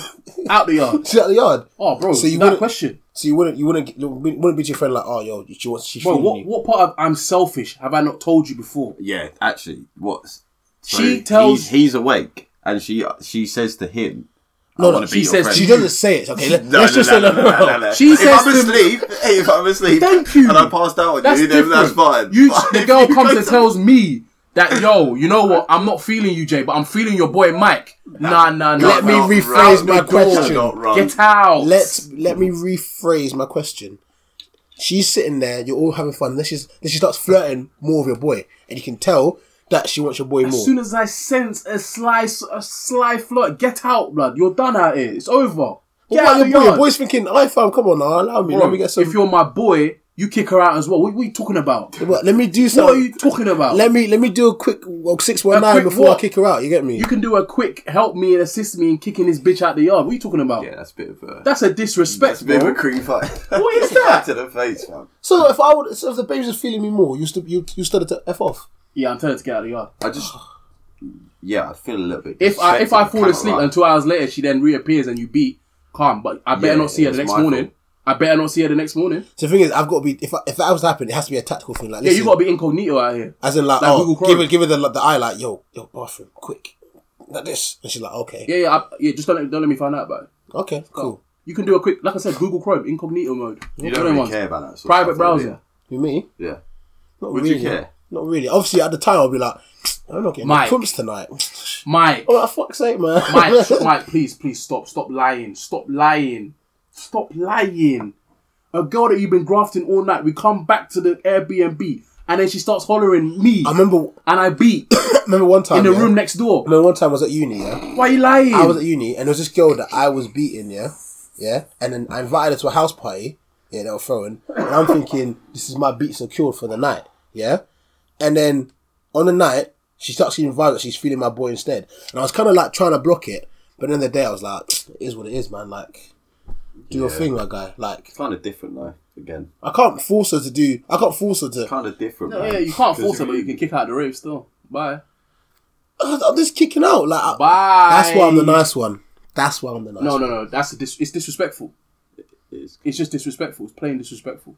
out the yard.
She's at the yard,
Oh, bro.
So you
that
wouldn't-
question,
so you wouldn't, you wouldn't, you wouldn't be to your friend like, "Oh, yo, she wants, she's
bro.
feeling
What
you."
what part of I'm selfish have I not told you before?
Yeah, actually, what's
She tells-
he's, he's awake, and she she says to him,
No,
"I
no,
want to
she
be your
says-
friend."
She doesn't say it. Okay, let,
No,
us
no,
just
no,
say
no, no, no, no.
She
if
says
I'm
to-
asleep, if I'm asleep,
Thank you.
and I passed out on
That's
you, then
different.
that's fine.
You,
But
the
if
girl
you
comes
go
and
to-
tells me that yo, you know what? I'm not feeling you, Jay, but I'm feeling your boy Mike. Nah, nah, nah.
Let me
nah.
Out the
rephrase my
door.
question.
Not wrong.
Get out.
Let's let me rephrase my question. She's sitting there, you're all having fun. Then she's then she starts flirting more with your boy, and you can tell that she wants your boy more.
As soon as I sense a sly, a sly flirt, get out, blood. You're done out here. It's over.
But
Get
what, your
out the
boy, your
yard.
boy's thinking, I found. Come on, now, allow me.
Bro,
let me get some.
If you're my boy, you kick her out as well. What, what are you talking about?
What, let me do
What are
something.
you talking about?
Let me let me do a quick well, six one
A
nine
quick
before
what?
I kick her out. You get me?
you can do a quick help me and assist me in kicking this bitch out the yard. What are you talking about?
Yeah, that's a bit of a
That's a
that's
disrespect,
a bit of
bro.
a cream fight.
What is that?
to the face, man.
so if I would, so if the baby's just feeling me more, you st- you you started to f off.
yeah, I'm telling her to get out of the yard.
I just yeah, I feel a little bit.
If I if I fall
kinda
asleep
like-
and two hours later she then reappears and you beat, calm. But I better
Yeah,
not see her
it's
the next
my
morning.
fault.
I better not see her the next morning.
So the thing is, I've got to be if I, if that was to happen, it has to be a tactical thing. Like
Yeah,
listen,
you gotta be incognito out here.
As in, like,
Like
oh,
Google Chrome.
give it, give it the, the eye, like, yo, yo, bathroom, quick, like this, and she's like, okay,
Yeah, yeah, I, yeah. Just don't let, don't let me find out about it.
okay, cool.
You can do a quick, like I said, Google Chrome incognito mode.
you
Other
don't really
ones.
care about that. Sort
Private
of stuff, do
browser.
You me?
you? Yeah.
Not
Would you
really.
care?
Not really. Obviously, at the time, I'll be like, I'm not getting my
Mike.
pumps tonight.
Mike,
Oh, for fuck's sake, man.
Mike, Mike, please, please stop, stop lying, stop lying, stop lying. A girl that you've been grafting all night. We come back to the Airbnb and then she starts hollering me
I remember,
and I beat
remember one time
in the
yeah?
room next door.
I remember one time I was at uni, yeah.
Why are you lying?
I was at uni, and there was this girl that I was beating, yeah, yeah, and then I invited her to a house party, yeah, they were throwing, and I'm thinking this is my beat secured for the night, yeah, and then on the night she starts getting violent, she's feeling my boy instead, and I was kind of like trying to block it, but then the day I was like, it is what it is, man, like. Do your thing, my guy. Like
Kind of different though. Again,
I can't force her to do. I can't force her to.
kind of different.
No,
man.
yeah, you can't
'Cause
force her, but you can kick her out the rave still. Bye.
I'm just kicking out. Like I-
Bye.
that's why I'm the nice one. That's why I'm the nice.
No,
one.
no, no. That's a dis- it's disrespectful.
It's-
It's just disrespectful. It's plain disrespectful.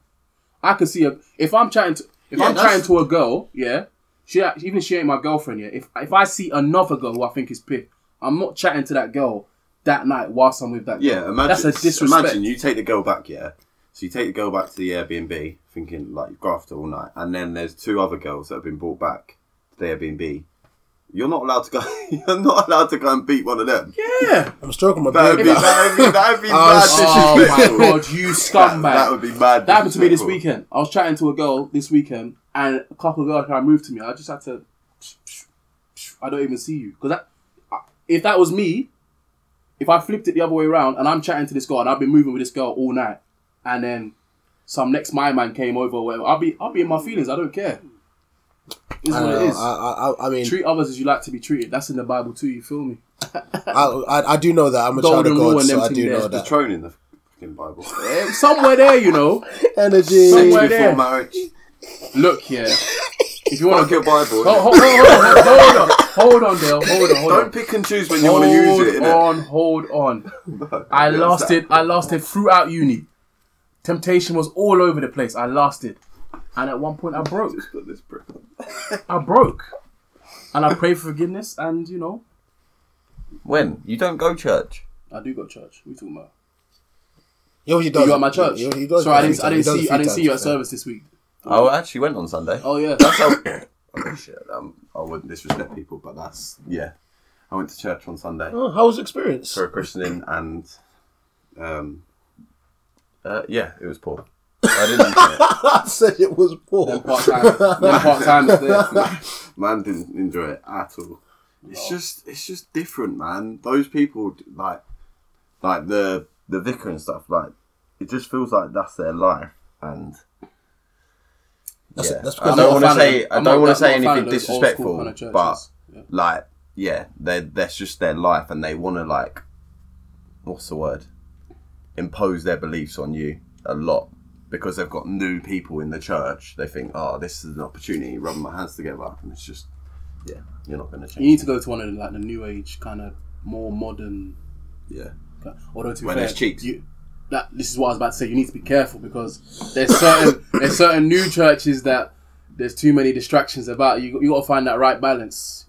I can see a if I'm chatting to if
Yeah,
I'm
that's-
chatting to a girl, yeah. She act- even if she ain't my girlfriend yet. If if I see another girl who I think is pit, I'm not chatting to that girl that night whilst I'm with that. Girl.
Yeah, imagine
that's a disrespect.
Imagine you take the girl back, yeah. So you take the girl back to the Airbnb, thinking like you've grafted all night, and then there's two other girls that have been brought back to the Airbnb. You're not allowed to go. You're not allowed to go and beat one of them.
yeah.
I'm stroking my
That would
baby.
be that would be, that would be mad
Oh
disrespectful.
my god, you scumbag!
That, that would be mad.
That happened to me this
disrespectful.
weekend. I was chatting to a girl this weekend, and a couple of girls kind of moved to me. I just had to. I don't even see you because that. If that was me, if I flipped it the other way around and I'm chatting to this girl and I've been moving with this girl all night, and then some next my man came over or whatever, I'll be I'll be in my feelings. I don't care.
I,
This is what
don't
it
know,
is.
I, I, I mean,
Treat others as you like to be treated. That's in the Bible too. You feel me?
I, I, I do know that I'm a
Golden
child of
rule
God,
and
so
them
I
thing
do
there.
know
The
that.
throne in the fucking Bible.
Somewhere there, you know.
Energy.
Somewhere-
Before
there.
marriage,
Look here. If you want
fuck
to
your Bible.
Hold, hold, hold, hold, hold, on, hold on, Dale. Hold on, hold on.
Don't pick and choose when you
hold
want to use it. innit?
on, hold on. I lost it. I lost it throughout uni. Temptation was all over the place. I lost it, and at one point I broke.
Put this brick on.
I broke, and I prayed for forgiveness. And you know,
When you don't go church.
I do go to church. We talking about
He already does.
you at my church?
He already does
Sorry, I
it a
didn't.
few
I didn't
times. He does
see.
it
I
a
didn't
few
see you at
times.
service this week.
I actually went on Sunday.
Oh yeah.
That's how. oh shit! Um, I wouldn't disrespect people, but that's yeah. I went to church on Sunday
Oh, how was the experience?
for a christening, and um, uh, yeah, it was poor. I didn't. enjoy it.
I said it was poor.
Part time. Part time is there.
Man didn't enjoy it at all. It's just it's just different, man. Those people like like the the vicar and stuff. Like it just feels like that's their life and.
That's,
Yeah.
that's
I
because
don't
they're-
want to
fan of-
say I
I'm not-
don't want to
not a
say
fan of
anything
those old school
disrespectful,
kind of churches.
but
Yeah.
like yeah, they that's just their life, and they want to like what's the word impose their beliefs on you a lot because they've got new people in the church. They think, oh, this is an opportunity. Rubbing my hands together, and it's just yeah, you're not going to
You
change.
need to go to one of the, like the new age kind of more modern.
Yeah,
Although to be
When
fair,
there's cheeks.
you- that this is what I was about to say. You need to be careful because there's certain there's certain new churches that there's too many distractions about. You you got to find that right balance.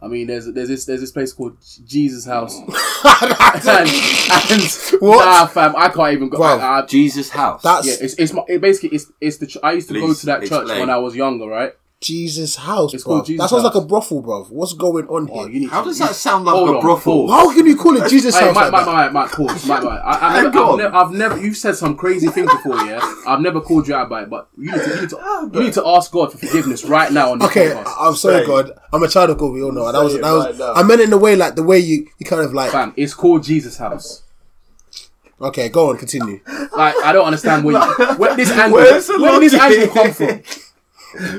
I mean, there's there's this there's this place called Jesus House. and, and
What?
Nah, fam, I can't even go.
Bro,
I, I,
Jesus house.
that's
yeah, it's it's my, it basically it's it's the ch- I used to go
Please
to that church
explain.
when I was younger, right?
Jesus House,
It's
bro.
called Jesus
that sounds like
House.
a brothel, bro. What's going on
Oh,
here?
you need
how
to-
does
you-
that sound like
Hold
a
on,
brothel?
pause.
How can you call it Jesus
Hey,
House?
Mike,
like
Mike,
that?
Mike, Mike, pause, Mike, Mike. I, I,
Hang
I've, never,
on.
I've, never, I've never, you've said some crazy things before, yeah. I've never called you out about it, but you need to, you need
Ah,
to, you need to ask God for forgiveness right now on the
Okay,
podcast.
I'm sorry,
Say it.
God. I'm a child of God. We all know. That was
it
that was.
right now.
I meant it in a way like the way you you kind of like.
Fam, it's called Jesus House.
Okay, go on, continue.
Like, I don't understand where, you, where this angle, where
Where's the
did this
logic?
angle come from?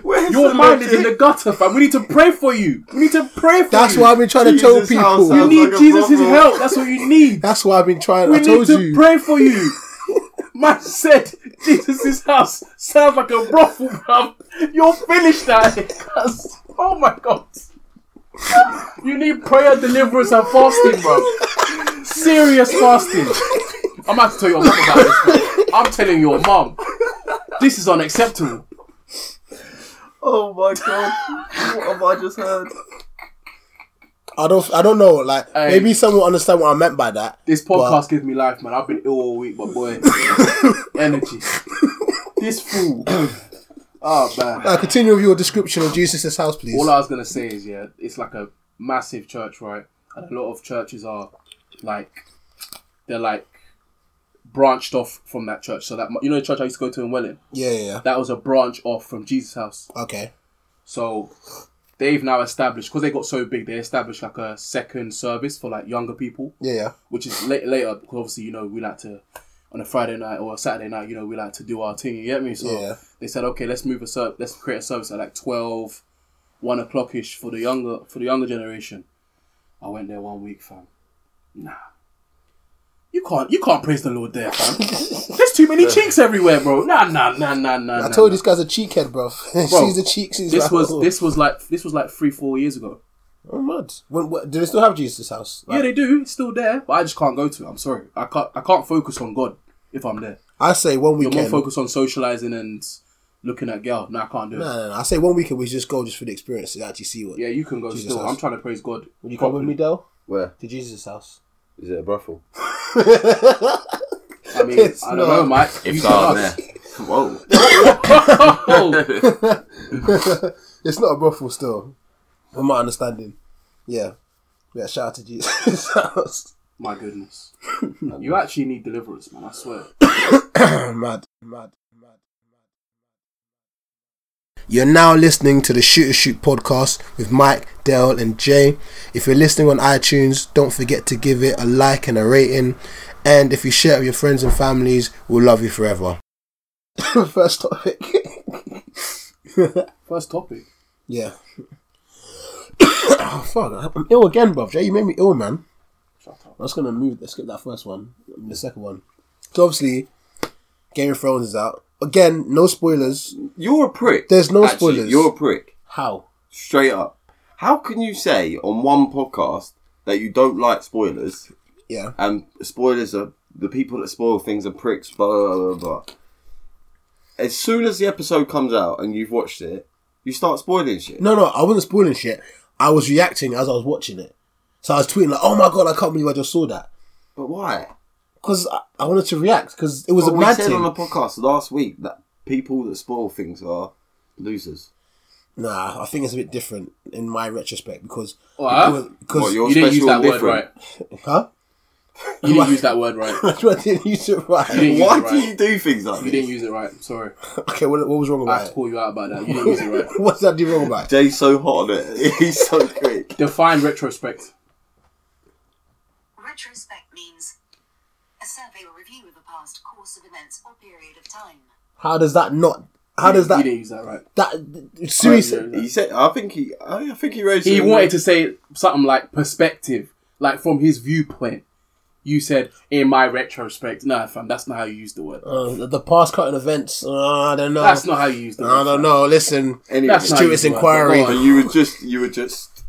Where's
Your
the
mind is in the
logic?
gutter, fam. We need to pray for you. We need to pray for
That's
you.
what I've been trying to tell
Jesus House
people.
you
sounds
need
like a
Jesus'
brothel.
help. That's what you need.
That's what I've been trying.
We
I told
need to
you.
pray for you. Man said, Jesus' house sounds like a brothel, bruv. You're finished now. cuz. Oh my god. You need prayer, deliverance, and fasting, bruv. Serious fasting. I'm about to tell your mum about this. bruv. I'm telling your mum. This is unacceptable.
Oh my god! what have I just heard?
I don't. I don't know. Like
Hey.
maybe someone will understand what I meant by that.
This podcast gives me life, man. I've been ill all week, but boy, energy. This fool. Oh man.
Uh, continue with your description of Jesus' house, please.
All I was gonna say is, yeah, it's like a massive church, right? And a lot of churches are like they're like branched off from that church. So that you know, the church I used to go to in Welling,
yeah, yeah,
that was a branch off from Jesus House.
yeah. Okay.
So they've now established because they got so big, they established like a second service for like younger people,
Yeah, yeah.
which is late, later because obviously you know we like to. On a Friday night or a Saturday night, you know, we like to do our thing. You get me? So
Yeah.
they said, okay, let's move a ser- let's create a service at like 12, one o'clock ish for the younger for the younger generation. I went there one week, fam. Nah. You can't you can't praise the Lord there, fam. There's too many cheeks everywhere, bro. Nah nah nah nah nah.
I told you this guy's a cheekhead, bro. Sees the cheeks. he's
This
like,
was
oh.
this was like this was like three, four years ago.
Oh, mad. When, what, do they still have Jesus' house? Like,
Yeah, they do, it's still there, but I just can't go to it. I'm sorry. I can't I can't focus on God if I'm there.
I say one
You're more
weekend.
focused on socializing and looking at girl. No, I can't do it.
No, no, no. I say one weekend we just go just for the experience to actually see what.
Yeah, you can go
Jesus
still.
house.
I'm trying to praise God.
Would you come with me, though?
Where
To Jesus' house.
is it a brothel?
I mean,
It's
I don't
not.
know, Mike.
If
tell
I'm
us.
there, whoa.
Oh,
It's not a brothel, still. From my understanding. Yeah. Yeah. Shout out to Jesus' house.
my goodness. You actually need deliverance, man. I swear.
mad, mad, mad. You're now listening to the Shooter Shoot podcast with Mike, Dale, and Jay. If you're listening on iTunes, don't forget to give it a like and a rating. And if you share it with your friends and families, we'll love you forever. First topic.
First topic.
yeah. oh, fuck, I'm ill again, bruv. Jay, you made me ill, man.
Shut up.
I'm just gonna move skip that first one. The second one. So obviously, Game of Thrones is out. Again, no spoilers.
You're a prick.
There's no spoilers.
You're a prick.
How?
Straight up. How can you say on one podcast that you don't like spoilers
Yeah.
and spoilers are the people that spoil things are pricks, blah, blah, blah, blah. As soon as the episode comes out and you've watched it, you start spoiling shit.
No, no, I wasn't spoiling shit. I was reacting as I was watching it. So I was tweeting like, "Oh my god, I can't believe I just saw that."
But why?
Because I, I wanted to react because it was
But
a
we
mad
said
thing.
on a podcast last week that people that spoil things are losers.
Nah, I think it's a bit different in my retrospect because
What?
because
What, you're
You didn't use
special
that
and
word
different.
right.
huh?
You didn't use that word right.
That's why I didn't use it right.
You didn't use
Why
it
do
right.
you do things like
You
this?
didn't use it right. Sorry.
Okay, what, what was wrong
I
about
have to
it?
call you out about that. You didn't use it right.
What's that do wrong about? it?
Jay's so hot on it. He's so quick.
Define retrospect.
Retrospect means a survey or review of a past course of events or period of time.
How does that not? How does
You
that?
didn't use that right.
That
I
seriously?
didn't
He
use
said, I think he, I think he raised.
that. He wanted to say something like perspective, like from his viewpoint. You said in my retrospect. Nah, fam, that's not how you use the word.
Uh, the past cutting events. Uh, I don't know.
Oh, That's not how you use the word.
I don't
fam.
know. Listen,
Anyway,
That's not
Stuart's
using words.
inquiry.
Go on.
and you were just, you were just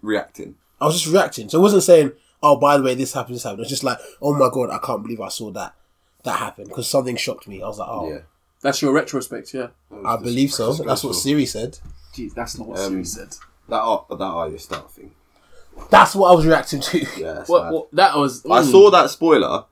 reacting.
I was just reacting. So I wasn't saying, "Oh, by the way, this happened. This happened." It's just like, "Oh my god, I can't believe I saw that. That happened because something shocked me." I was like, "Oh,
Yeah.
That's your retrospect, yeah.
I believe so." That's what Siri said.
Jeez, that's not what Siri
Um,
said.
That are that are your start thing.
That's what I was reacting to.
Yeah. that's
What,
bad.
what, that was.
I
mm.
saw that spoiler,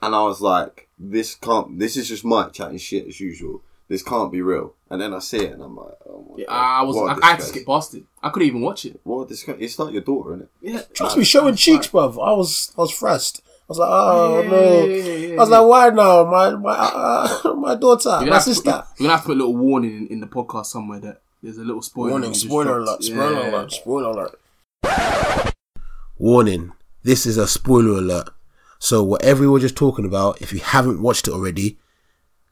and I was like, "This can't. This is just Mike chatting shit as usual. This can't be real." And then I see it, and I'm like, "Oh my god!"
Ah, I was.
What a
I, I had to
disgrace.
skip past it. I couldn't even watch it.
What a disgrace. It's like your daughter, isn't it?
Yeah.
Trust me, showing cheeks, bruv. I was, I was fressed. I was like, "Oh
Yeah,
no."
yeah, yeah, yeah,
I was like, "Why now? My, my, uh, my daughter,
You're
my
gonna have to
sister."
put- You're gonna have to put a little warning in, in the podcast somewhere that there's a little spoiler.
Warning,
you just
spoiler
dropped.
alert, spoiler
Yeah.
alert, spoiler alert. Warning, this is a spoiler alert. So whatever we were just talking about, if you haven't watched it already,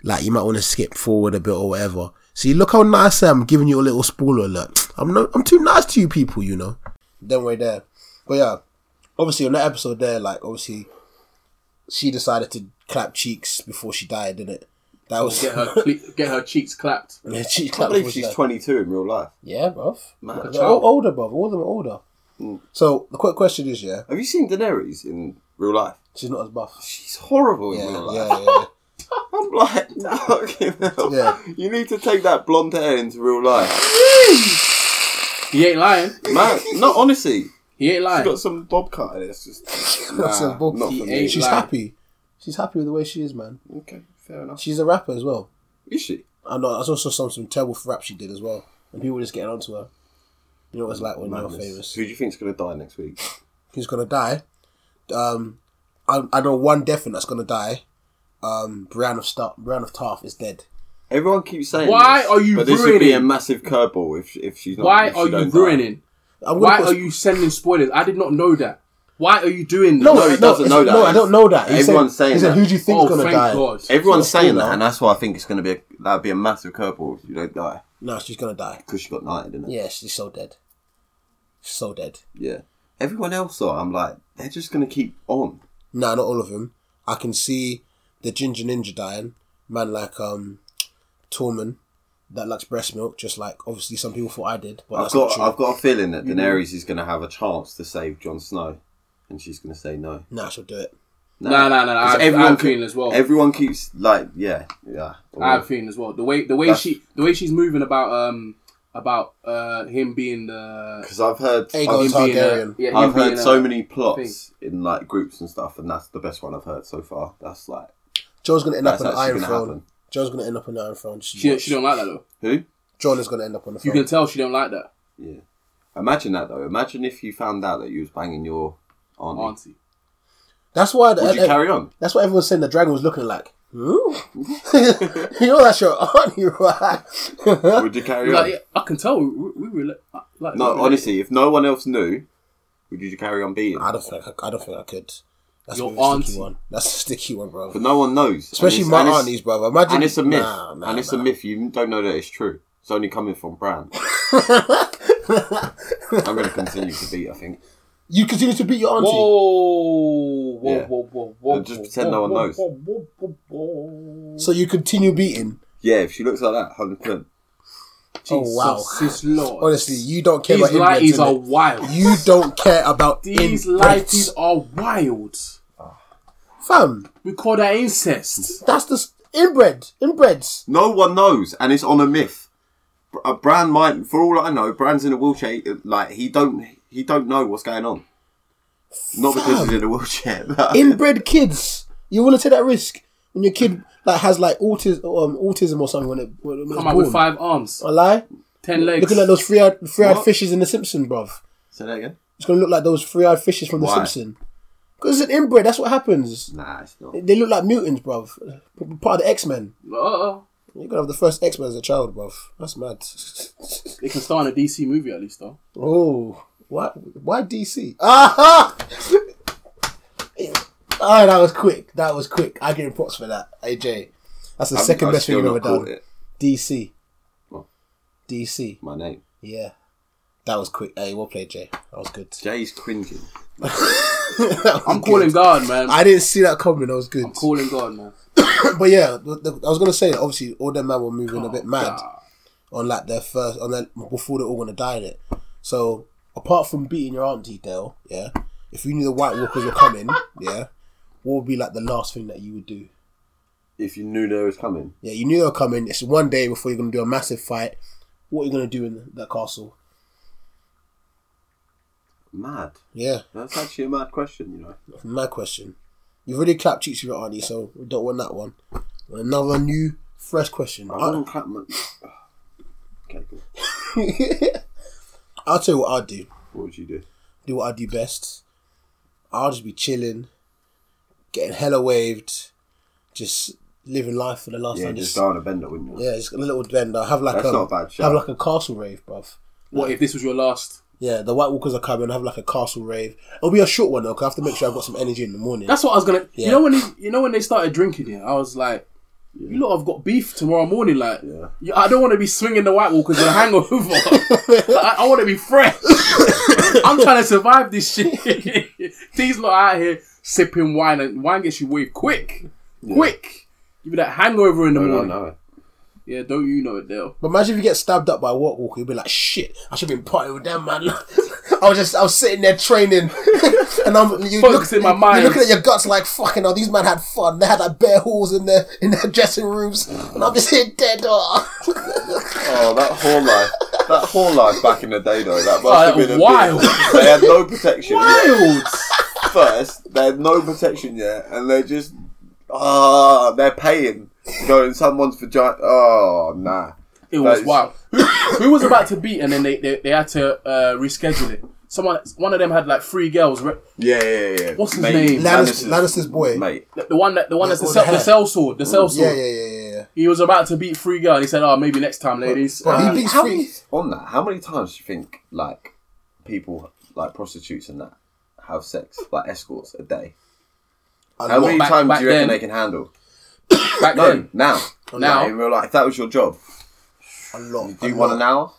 like you might want to skip forward a bit or whatever. See, look how nice I am giving you a little spoiler alert. I'm no, I'm too nice to you people, you know. Then we're there. But yeah, obviously on that episode there, like obviously she decided to clap cheeks before she died, didn't it? That was
Get her, cle- get her cheeks clapped.
yeah, she
I
clapped before
believe
she
she's
died.
22 in real life.
Yeah, bruv.
Man. Mm.
They're all older, bruv. All of them are older. So the quick question is, yeah,
Have you seen Daenerys in real life?
she's not as buff.
She's horrible in
Yeah,
real life.
yeah, yeah.
I'm like, no, fucking hell.
Yeah.
You need to take that blonde hair into real life,
He ain't lying.
man. No, honestly,
He ain't
she's
lying.
got some bob cut in it. It's just nah,
That's a bull-
not for me.
ain't
eh? she's
lying.
happy. She's happy with the way she is, man.
Okay, fair enough.
She's a rapper as well.
Is she?
I know. I also saw some terrible rap she did as well, and people were just getting onto her. You know what it's like when you're
Madness.
famous.
Who do you think's gonna die next week?
Who's gonna die? Um, I, I know one definite that's gonna die. Um, Brian of Star- Brian of Tarth is dead.
Everyone keeps saying.
Why
this,
are you
But this would be a
ruining-
massive curveball if if she's not.
Why
if she
are you
don't die.
ruining?
I'm gonna
Why
put-
are you sending spoilers? I did not know that. Why are you doing that?
No,
No,
no,
he doesn't
it's-
know that.
No, I don't know that. He said-
Everyone's saying
he said,
that.
Who do you think's
oh,
gonna
thank
die?
God.
Everyone's
Sort of
saying
cool,
that,
man.
and that's why I think it's gonna be a, that'd be a massive curveball if you don't die
No, she's gonna die.
because she got knighted, didn't it?
Yeah, she's so dead. She's so dead.
Yeah. Everyone else, though, I'm like, they're just gonna keep on.
No, not all of them. I can see the ginger ninja dying. Man like um, Tormund that likes breast milk. Just like obviously some people thought I did, but
I've
that's
got,
not
I've
true.
got a feeling that Daenerys is gonna have a chance to save Jon Snow, and she's gonna say no.
Nah, she'll do it.
Nah, nah, nah. nah. I,
Because
I have a
ke-
feeling as well.
Everyone keeps like, yeah, yeah.
I have a feeling as well. The way the way
That's-
she the way she's moving about um about uh him being the
Because I've heard,
Aegon
I've,
him being a-
Targaryen.
yeah, him
I've
being
heard
a-
uh,
so many plots in like groups and stuff, and that's the best one I've heard so far. That's like
John's gonna end
That's
up on the
actually
Iron
gonna
Throne.
happen.
John's gonna end up on the Iron Throne. Just
She,
watch.
she don't like that though.
who?
John is gonna end up on the
You
throne.
can tell she don't like that
Yeah. Imagine that though. Imagine if you found out that you was banging your auntie.
auntie.
That's why. The,
Would you carry on?
that's what everyone's saying. The dragon was looking like. Hmm? you know that's your auntie, right?
Would you carry on?
Like, yeah, I can tell we, we were like, like we
No,
relate.
honestly, if no one else knew, would you carry on beating?
I don't think I, I don't think I could. That's
Your
a bit of a
auntie.
sticky one. That's a sticky one, bro.
But no one knows.
Especially
And
my
it's- and it's-
aunties, brother. Imagine
And it's a myth.
Nah, nah,
and it's
nah.
a myth. You don't know that it's true. It's only coming from Bran. I'm going to continue to beat, I think.
You continue to beat your auntie.
Whoa, whoa,
Yeah.
whoa, whoa, whoa!
And just pretend no one knows.
knows.
So you continue beating.
Yeah, if she looks like that, 100%.
Oh, wow.
is Lord.
Honestly, you don't care
these
about
lighties
Indians.
are
innit?
wild.
You don't care about
These
inbreds.
lighties are wild.
Fam,
We call that incest.
that's the s- inbred. Inbreds.
No one knows, and it's on a myth. Br- uh, Bran might, for all I know, Bran's in a wheelchair. Like he don't, he don't know what's going on. Not because he's in a wheelchair. but-
Inbred kids. You want to take that risk when your kid like has like autism, um, autism or something when it when it was
Come out with
born.
five arms,
I lie.
ten legs.
Looking at those three-eyed, three-eyed
What?
fishes in The Simpsons, bruv.
Say that again.
It's gonna look like those three-eyed fishes from The
Why?
Simpsons. Because it's an inbred. That's what happens.
Nah, it's not.
They look like mutants, bruv. Part of the X Men.
Oh,
You're gonna have the first X Men as a child, bruv. That's mad.
they can star in a DC movie at least, though.
oh, why? Why DC? Aha! Ah, that was quick. That was quick. I give him props for that, AJ. That's the
I'm-
second
I've
best thing
still
you've ever
not caught
done.
it.
DC.
What?
DC.
My name.
Yeah. That was quick. Hey, well played, Jay. That was good.
Jay's cringing.
I'm calling God, man.
I didn't see that coming. That was good.
I'm calling God, man.
But yeah, the, the- I was gonna say that obviously all them men were moving a bit mad
God.
on like their first on their, before they're all gonna die in it. So apart from beating your auntie Dale, yeah, if you knew the White Walkers were coming, yeah, what would be like the last thing that you would do?
If you knew they was coming,
Yeah, you knew they were coming. It's one day before you're gonna do a massive fight. What are you gonna do in that castle?
mad.
Yeah,
That's actually a mad question, you know.
my question. You've already clapped cheeks with your auntie, so we don't want that one. Another new fresh question.
I
I-
wouldn't clap my... Okay, cool.
I'll tell you what I'd do.
What would you do?
Do what I do best. I'll just be chilling, getting hella waved, just living life for the last
Yeah,
time.
just
Just,
die on a bender, wouldn't you?
yeah, just a little bend. I'll have like
That's
a
not a bad shout.
have like a castle rave, bruv.
What if this was your last?
Yeah, the White Walkers are coming. I'll have like a castle rave. It'll be a short one though, 'cause I have to make sure I've got some energy in the morning.
That's what I was gonna.
Yeah.
You know when he, you know when they started drinking here, I was like, you lot have got beef tomorrow morning. Like,
Yeah.
you- I don't want to be swinging the White Walkers with a hangover. Like, I, I want to be fresh. I'm trying to survive this shit. These lot out here sipping wine, and wine gets you waved quick, quick. Give me that hangover in the
No, no,
morning.
no.
Yeah, don't you know it, Dale?
But imagine if you get stabbed up by a walk walker, you'll be like, shit, I should have been partying with them, man. I was just, I was sitting there training, and I'm you
Focus in my mind.
You're looking at your guts like, fucking, oh, these men had fun. They had like bare halls in their in their dressing rooms, and I'm just here dead. Oh.
Oh, that whole life. That whole life back in the day, though. That must have
that
been a
wild.
Bit, they had no protection.
Wild.
First, they had no protection yet, and they're just ah, they're paying to go in someone's vagina. Oh, nah.
It was
is-
wild. Who, who was about to beat and then they, they, they had to uh, reschedule it. Someone, one of them had like three girls. Re-
Yeah, yeah, yeah.
What's his
Mate,
name?
Lannister's- Lannister's boy.
mate.
the, the one that the one that's the,
Or
cell,
Oh, the
the
hat.
cell sword, the cell sword.
Yeah, yeah, yeah, yeah, yeah.
He was about to beat three girls. He said, "Oh, maybe next time, ladies."
But
Uh,
he beats
How
three.
many, on that, how many times do you think like people like prostitutes and that have sex like escorts a day?
And
How
what,
many
back-
times
back
do you
then?
reckon they can handle?
back
No,
then,
now,
Now.
in real life, if that was your job,
a lot.
do
a
you want an
lot,
hour?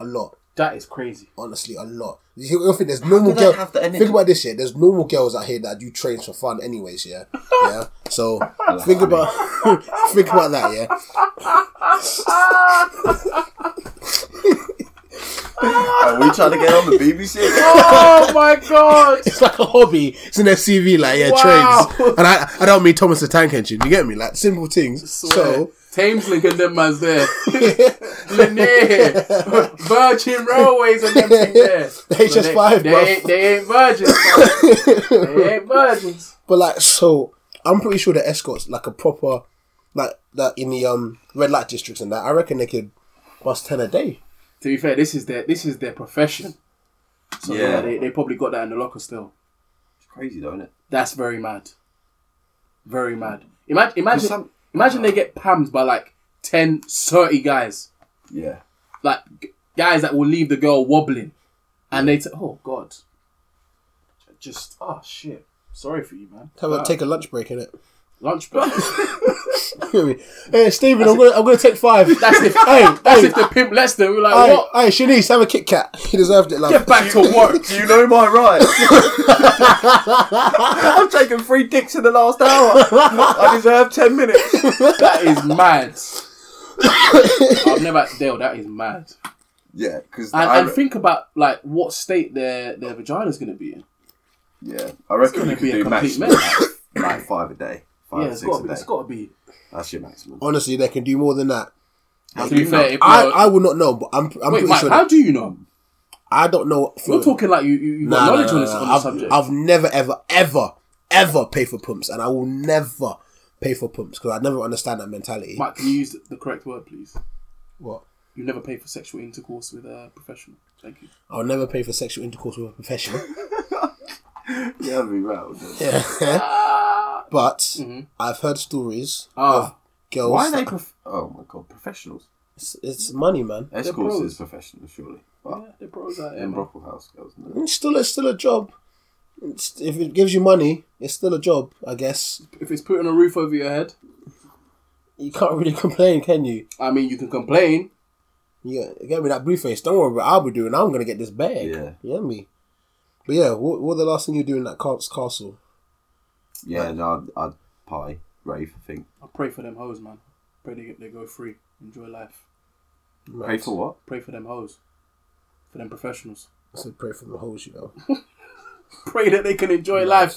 A lot.
that is crazy.
Honestly, a lot. You you think there's normal
do they
girls.
have the energy?
Think about this, yeah. There's normal girls out here that do trains for fun, anyways, yeah. Yeah. So think about think about that, yeah.
Are we trying to get on the BBC?
oh my god!
It's like a hobby. It's in their CV, like yeah,
Wow.
trains. And I, I don't mean Thomas the Tank Engine. You get me? Like simple things. So
Thameslink and them man's there. Lanier, Virgin Railways and them things there.
HS5,
they,
bruv.
ain't, they ain't virgins. bruv. they ain't virgins.
But like, so I'm pretty sure the escorts like a proper, like that in the um red light districts and that. I reckon they could bust ten a day.
To be fair, this is their this is their profession. So yeah,
Yeah.
they, they probably got that in the locker still.
It's crazy, though, isn't it?
That's very mad. Very mad. Imagine, imagine,
some-
imagine they get pammed by like 10, 30 guys.
Yeah.
Like g- guys that will leave the girl wobbling, and they t- oh god, just oh shit. Sorry for you, man.
Have a, take a lunch break in it.
Lunch break.
hey, Stephen, I'm gonna I'm gonna take five.
That's if
hey,
that's
hey,
if the pimp lets them. We're like,
Hey,
what?
hey, Shanice, have a Kit Kat. He deserved it, love.
Get back to work.
Do you know my rights? I've taken three dicks in the last hour. I deserve ten minutes.
That is mad. I've never Dale. That is mad.
Yeah, because
And, and think about like what state their their vagina's gonna be in.
yeah, I reckon
gonna
you could
be a
do
complete
maximum like, like five a day, five
Yeah,
or
it's
six
gotta
a
be.
day.
It's gotta be.
That's your maximum.
Honestly, they can do more than that.
To be fair, if
I,
you're-
I will not know, but I'm, I'm pretty
Wait, Mike,
sure.
how
That,
do you know?
I don't know.
You're talking like you, you, you've got knowledge on this on the
I've,
subject.
I've never, ever, ever, ever paid for pumps, and I will never pay for pumps because I never understand that mentality.
Mike, can you use the correct word, please?
What?
You never pay for sexual intercourse with a professional. Thank you.
I'll never pay for sexual intercourse with a professional.
You have me rattled.
But
Mm-hmm.
I've heard stories
Oh,
girls.
Why are they? Prof- oh my god, profesessionals.
It's, it's money, man.
Escorts
pros.
is professional, surely. But
they're pros Ah, out here.
in
man.
brothel house girls, no.
It's still, it's still a job. It's, if it gives you money, it's still a job, I guess.
If it's putting a roof over your head,
You can't really complain, can you?
I mean, you can complain.
Yeah, get me that blue face. Don't worry, about I'll be doing. I'm gonna get this bag.
Yeah.
you know me. But yeah, what, what the last thing you do in that cas- castle?
Yeah, no, I'd, I'd pie rave. I think.
I pray for them hoes, man. Pray they get they go free. Enjoy life.
Pray for what?
Pray for them hoes. For them professionals.
I said pray for the hoes, you know.
Pray that they can enjoy life.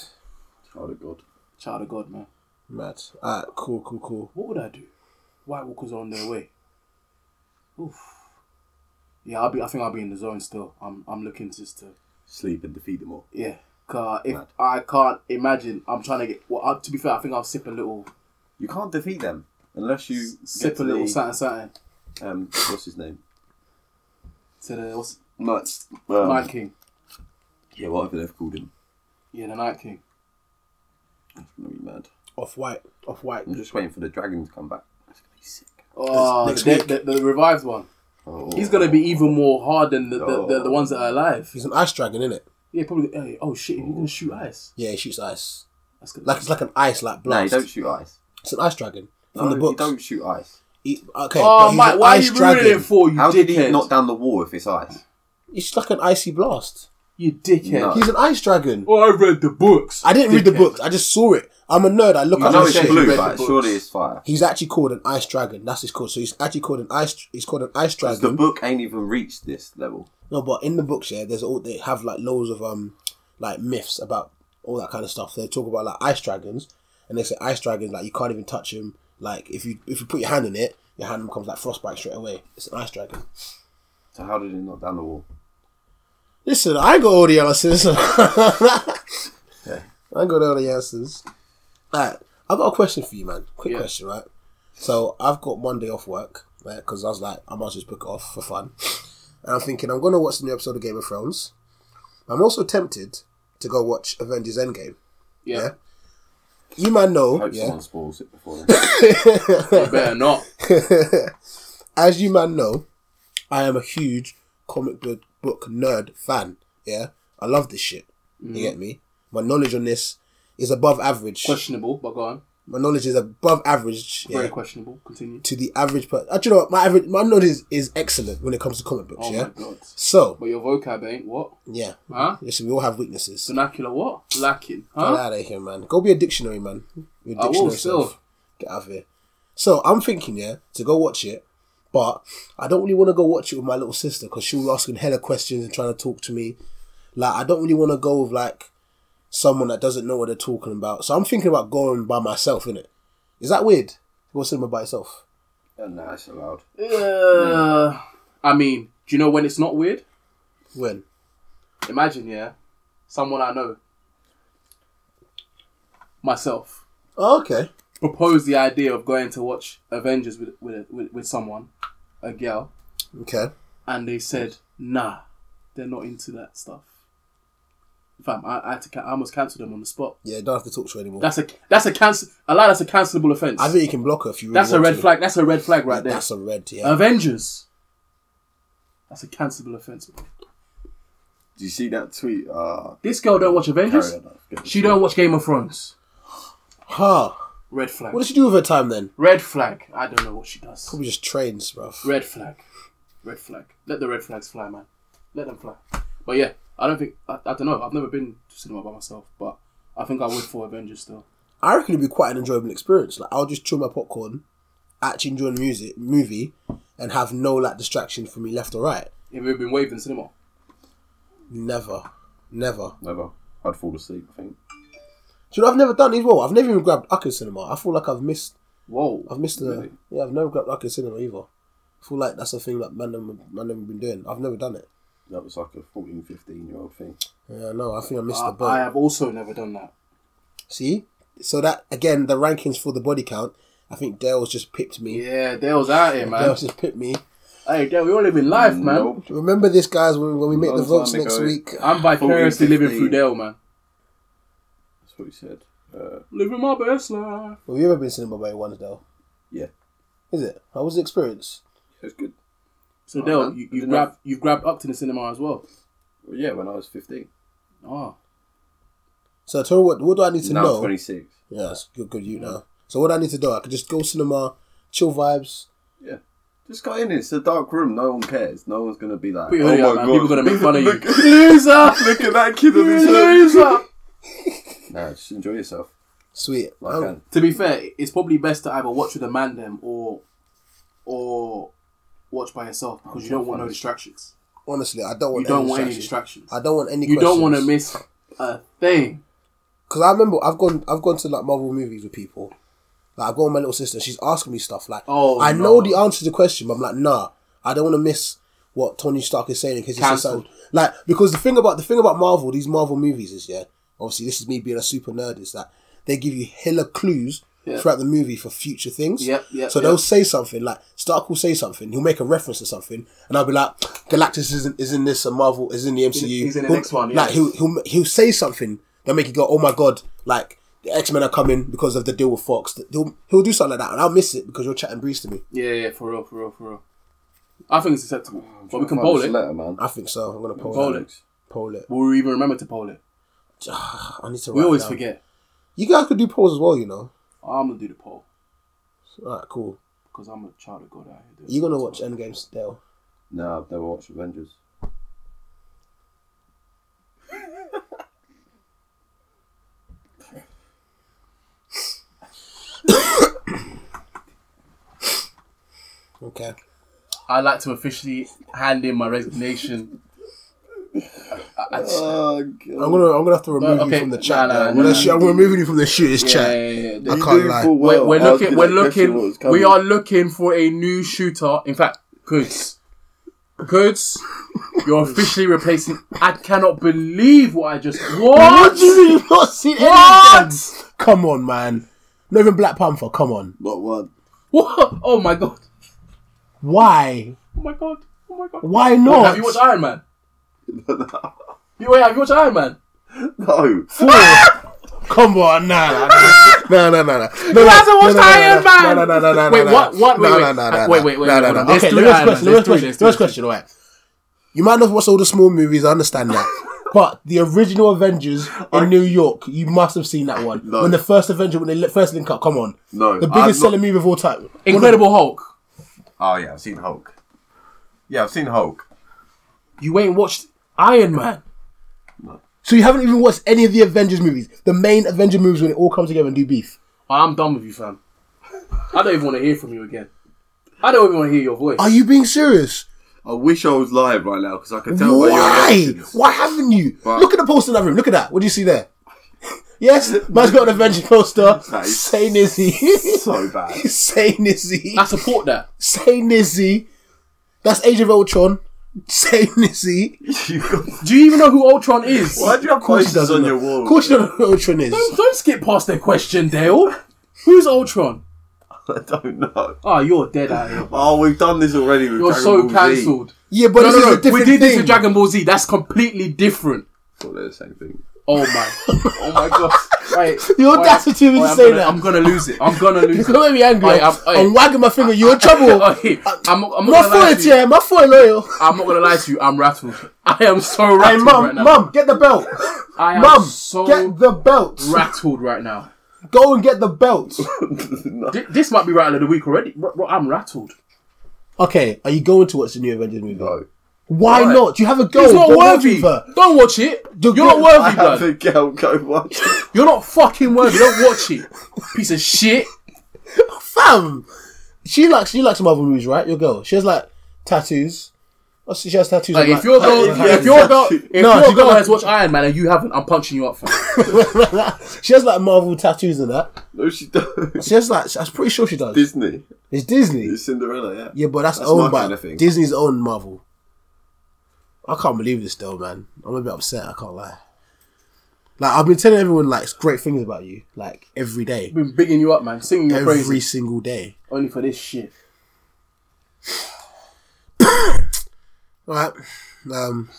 Child of Oh, God.
Child of God, man.
Mad. Alright, cool, cool, cool.
What would I do? White Walkers are on their way. Oof. Yeah, I'll be. I think I'll be in the zone still. I'm. I'm looking just to.
Sleep and defeat them all.
Yeah. Car. If
Mad.
I can't imagine, I'm trying to get. Well, I, to be fair, I think I'll sip a little.
You can't defeat them unless you
Sip
get
a
to
little
the,
satin satin
um, what's his name?
to the what's,
Night. Um,
Night King.
Yeah, whatever they've called him.
Yeah, the Night King.
It's gonna be mad.
Off white, off white.
Mm.
I'm just waiting for the dragon to come back. That's gonna be sick.
Oh,
Next
the,
week.
the, the revived one.
Oh.
He's gonna be even more hard than the, the, the, the ones that are alive.
He's an ice dragon, isn't it?
Yeah, probably. eh, Oh shit! He's gonna shoot ice.
Yeah, he shoots ice.
That's gonna.
Like it's like an ice, like
No, you
blast.
don't shoot ice.
it's an ice dragon from
no,
the books.
You don't shoot ice.
He- okay, but
oh,
he's
Mike,
an
why are
ice
you ruining it for you,
How
dickhead?
did he knock down the wall if it's ice?
It's like an icy blast.
You dickhead.
No.
He's an ice dragon.
Oh, I read the books.
I didn't read the
Dickhead.
books. I just saw it. I'm a nerd. I look
I
at
know
that
it's
shit.
saying you
blue,
read
but
the books.
surely it's fire.
He's actually called an ice dragon. That's his called. So he's actually called an ice. He's called an ice dragon.
The book ain't even reached this level.
No, but in the books, yeah, there's all they have like loads of um like myths about all that kind of stuff. They talk about like ice dragons, and they say ice dragons like you can't even touch him. Like if you if you put your hand in it, your hand becomes like frostbite straight away. It's an ice dragon.
So how did he knock down the wall?
Listen, I got all the answers. I
Yeah.
got all the answers. Alright, I've got a question for you, man. Quick
Yeah.
question, right? So I've got Monday off work, right? Because I was like, I might as well just book it off for fun. And I'm thinking I'm gonna watch the new episode of Game of Thrones. I'm also tempted to go watch Avengers Endgame.
Yeah,
You man
Oh,
know,
I hope
yeah.
someone spoils it before then.
you better not.
As you man know, I am a huge comic book book nerd fan. Yeah, I love this shit.
Mm.
You get me? My knowledge on this is above average.
Questionable, but go on.
My knowledge is above average.
Very
Yeah.
questionable. Continue.
To the average person, uh, do you know what? My average, my knowledge is, is excellent when it comes to comic books.
Oh
yeah.
my god.
So
But your vocab ain't what?
yeah,
Huh?
listen, we all have weaknesses.
Vernacular what? Lacking.
Get
Huh?
out of here, man. Go be a dictionary, man. You're a
I
dictionary
will still.
self. Get out of here. So I'm thinking, yeah, to go watch it, but I don't really want to go watch it with my little sister because she was asking hella questions and trying to talk to me. Like I don't really want to go with like someone that doesn't know what they're talking about. So I'm thinking about going by myself. In it, is that weird? Go to cinema by yourself.
Oh, no, it's allowed.
Uh, I mean, do you know when it's not weird?
When?
Imagine, yeah, someone I know, myself,
Oh, okay.
proposed the idea of going to watch Avengers with with, with, with someone, a girl,
Okay.
and they said, nah, they're not into that stuff. Fam, I, I, had to, ca- I almost cancelled them on the spot.
Yeah, don't have to talk to her anymore.
That's a that's a cancel. Allow that's a cancelable offense.
I think you can block her if you. Really
that's a
want
red
to.
flag. That's a red flag right there. Um,
That's a red. Yeah.
Avengers. That's a cancelable offense.
Do you see that tweet? Uh,
This girl don't watch Avengers.
carry on, I forget the
She
tweet.
don't watch Game of Thrones.
huh.
Red flag.
What did she do with her time then?
Red flag. I don't know what she does.
Probably just trains, bruv.
Red flag. Red flag. Let the red flags fly, man. Let them fly. But yeah, I don't think I, I don't know. I've never been to cinema by myself, but I think I would for Avengers still.
I reckon it'd be quite an enjoyable experience. Like I'll just chew my popcorn, actually enjoy the music movie, and have no like distractions from me left or right.
If we've been waved in cinema.
Never, never.
Never. I'd fall asleep, I think.
Do you know I've never done either. I've never even grabbed Ucker Cinema. I feel like I've missed.
Whoa.
I've missed the.
Really?
Yeah, I've never grabbed Ucker Cinema either. I feel like that's a thing that man, them- man, them been doing. I've never done it.
That was like a 14, 15 year old thing.
Yeah, no, I think I missed
I,
the boat.
Uh, I have also never done that.
See, so that again, the rankings for the body count. I think Dale's just pipped me.
Yeah, Dale's out here, man.
Dale's just pipped me.
Hey, Dale, we all live in life, man.
Nope.
Remember this, guys, when, when we make
Long
the votes
time
next
ago.
week.
I'm vicariously living
14,
through Dale, man.
what he said. Uh,
Living my best life.
Well, you've ever been cinema by once though?
Yeah.
Is it? How was the experience?
it's good.
So,
Oh,
Dale,
man.
you,
I
you
didn't
grab
know.
you grabbed up to the cinema as well.
Well, yeah, when I was 15.
Oh,
So tell me what what do I need to
now
know?
26.
Yeah, that's good good you know. So what do I need to do? I could just go cinema, chill vibes.
Yeah. Just go in, it's a dark room, no one cares. No one's gonna be like, "Oh
put your hoodie up, man. People gonna make fun of you.
Look,
Loser,
look at that kid on
you
his hood.
loser.
Nah, just enjoy yourself.
Sweet.
Like,
Um,
um,
To be fair, it's probably best to either watch with a man them or or watch by yourself because you don't want no distractions.
honestly, I don't want
You don't
any
want any
distractions.
distractions.
I don't want any
You don't want to
questions.
miss a thing.
Because I remember I've gone I've gone to like Marvel movies with people. Like I've gone with my little sister. She's asking me stuff like,
Oh,
I
no.
know the answer to the question, but I'm like, nah, I don't want to miss what Tony Stark is saying in case he says
Cancelled.
something. Like because the thing about the thing about Marvel, these Marvel movies is yeah. Obviously, this is me being a super nerd. Is that they give you hella clues
Yeah.
throughout the movie for future things.
Yep, yep,
So they'll
yep.
say something like Stark will say something. He'll make a reference to something, and I'll be like, Galactus isn't is in this and Marvel is in the MCU.
he's in the
He'll-
next one,
Like
yeah.
he'll he'll he'll say something that make you go, oh my god, like the X Men are coming because of the deal with Fox. He'll he'll do something like that, and I'll miss it because you're chatting breeze to me.
Yeah, yeah, for real, for real, for real. I think it's acceptable, but we can
find
poll
this
it.
Letter, man.
I think so. I'm gonna poll,
Poll
it.
it.
Poll it.
Will we even remember to poll it?
I need to.
We
write
always
down.
forget.
You guys could do polls as well, you know.
I'm gonna do the poll
All right, cool.
because I'm a child of God out here.
You gonna watch Endgame still?
No, I've never watched Avengers.
Okay.
I'd like to officially hand in my resignation.
Oh, God.
I'm gonna I'm gonna have to remove
Uh, okay.
you from the chat.
Nah,
now.
nah,
I'm, gonna
nah.
sh- I'm removing you from the shooters
Yeah,
chat.
yeah, yeah, yeah.
I can't lie.
We're, we're looking. We're looking. We are looking for a new shooter. In fact, goods, goods. You're officially replacing. I cannot believe what I just.
What
What?
do you mean you've not seen any of them?
What?
Come on, man. Not even Black Panther. Come on.
Not one.
What? Oh my god!
Why?
Oh my god! Oh my god!
Why
Wait,
not?
have you watched Iron Man? You- Wait, have you watched Iron Man?
No.
Come on, nah, nah, nah, nah, nah, nah. You
hasn't watched Iron Man?
Nah, nah, nah, nah,
Wait,
nah,
what-
nah.
what- wait,
Nah,
wait.
nah, nah, nah,
Wait,
nah.
wait, wait,
Nah,
wait,
nah,
hold
nah.
on.
Okay,
Let's do
let me ask
Iron Man.
question. Let me ask
Let's do it,
question. Let
let's do
me
it,
ask question. All right. You might not watch all the small movies. I understand that, but the original Avengers in New York, you must have seen that one.
No.
When the first Avenger, when they li- first link up, come on.
No,
The
I've
biggest
not-
selling movie of all time.
Incredible Hulk.
Oh, yeah, I've seen Hulk. Yeah, I've seen Hulk.
You ain't watched Iron Man.
So you haven't even watched any of the Avengers movies, the main Avenger movies when it all comes together and do beef.
I'm done with you, fam. I don't even want to hear from you again. I don't even want to hear your voice.
Are you being serious?
I wish I was live right now because I can tell by your
Why?
reactions.
Why haven't you?
But-
Look at the poster in that room. Look at that. What do you see there? Yes, man's got an Avenger poster.
That is
Say Nizzy.
So bad.
Say Nizzy.
I support that.
Say Nizzy. That's Age of Ultron. Say Nizzy.
You got-
Do you even know who Ultron is?
Why do you have
Of course he
posters
doesn't
on
know.
your wall?
Of course you don't know who Ultron is.
Don't skip past that question, Dale. Who's Ultron?
I don't know.
Ah, you're dead out here.
Oh, we've done this already. With
You're
Dragon
so
Ball Z.
cancelled.
Yeah, but
No,
this
no,
is
no.
a different
We did this
thing.
with Dragon Ball Z. That's completely different.
Well, they're the same thing.
Oh my. Oh my gosh. Right.
The
Wait,
audacity of you
wait,
to
I'm
say
gonna-
that.
I'm gonna lose it. I'm gonna lose
It's
it.
gonna make me angry.
Oi,
I'm,
I'm- oi.
wagging my finger. You're in trouble.
Oi, I'm, I'm,
my
not gonna lie
foot,
to you.
yeah. My foot loyal.
I'm not gonna lie to you. I'm rattled. I am so
Hey,
rattled
mum,
right now.
mum, get the belt.
I am
Mum,
so
get the belt.
rattled right now.
Go and get the belt.
Th- This might be rattle of the week already. R- r- I'm rattled.
Okay, are you going to watch the new Avengers movie?
No.
Why
Why?
not? You have a goal.
It's not
Don't watch
worthy.
it for-
Don't watch it. You're not
good-
I
worthy,
have
blood.
a girl go watch. it.
You're not fucking worthy. Don't watch it. Piece of shit.
Fam, she likes she likes Marvel movies, right? Your girl. She has like tattoos. Oh, She has tattoos.
Like,
on,
if your girl,
yeah,
if your girl,
exactly.
if
No,
your
you
girl
gotta-
has watched Iron Man and you haven't, I'm punching you up, fam.
she has like Marvel tattoos and that.
no, she does.
She has like. I'm pretty sure she does.
Disney.
it's Disney.
It's Cinderella. Yeah.
yeah, but that's,
That's
owned
my
by
kind of thing.
Disney's own Marvel. I can't believe this though, man. I'm a bit upset. I can't lie. Like I've been telling everyone like great things about you, like every day,
Been bigging you up, man. Singing your
every
praises
single day.
only for this shit.
All right. Um,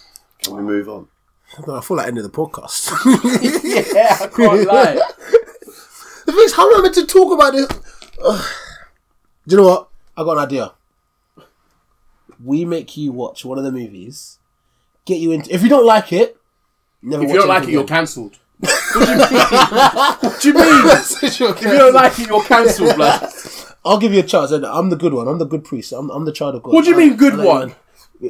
Can we move on?
I feel like end of the podcast.
yeah, I can't lie.
the thing is, how am I meant to talk about this? Ugh. Do you know what? I got an idea. We make you watch one of the movies, get you into. If you don't like it, never.
If
watch
you don't like it, you're
anything
cancelled. What do you mean? What do you mean?
again. If you
If you don't like it, you're cancelled, blood.
I'll give you a chance. and I'm the good one. I'm the good priest. I'm, I'm the child of God.
What do you
I-
mean, good
I don't
one?
even-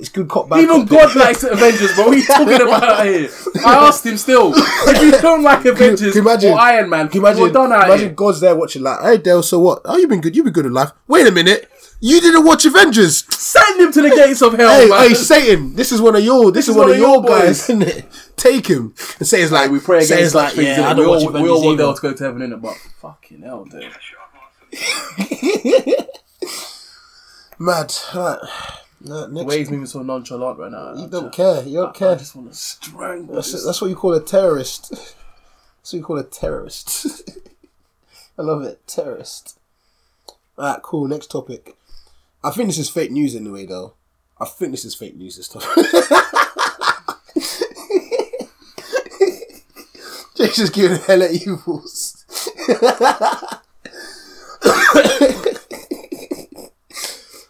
It's good cop, bad
Even
cop.
God likes Avengers, bro. What are you talking about here? I asked him still. If you don't like Avengers
Can you imagine-
or Iron Man,
Can you imagine,
we're done out
imagine
here.
God's there watching like, hey Dale, so what? Oh, you've been good. You've been good in life. Wait a minute, you didn't watch Avengers.
Send him to the gates of hell,
Hey,
man.
hey, Satan! This is one of your. This, is one, of your guys,
boys.
isn't it? Take him. And Satan's like,
we pray
Satan's
against such
like,
things.
yeah, I
innit?
don't
we
watch
all, we all
Avengers
want
either.
Dale to go to heaven, innit? But fucking hell, dude.
Mad. Right. Nah, next.
Wade's moving so nonchalant right now.
you don't care. You don't care.
I just want to strangle
That's,
this.
that's what you call a terrorist. That's what you call a terrorist. I love it. Terrorist. Alright, cool. Next topic. I think this is fake news anyway, though. I think this is fake news, this topic. Jake's just giving hell at evils.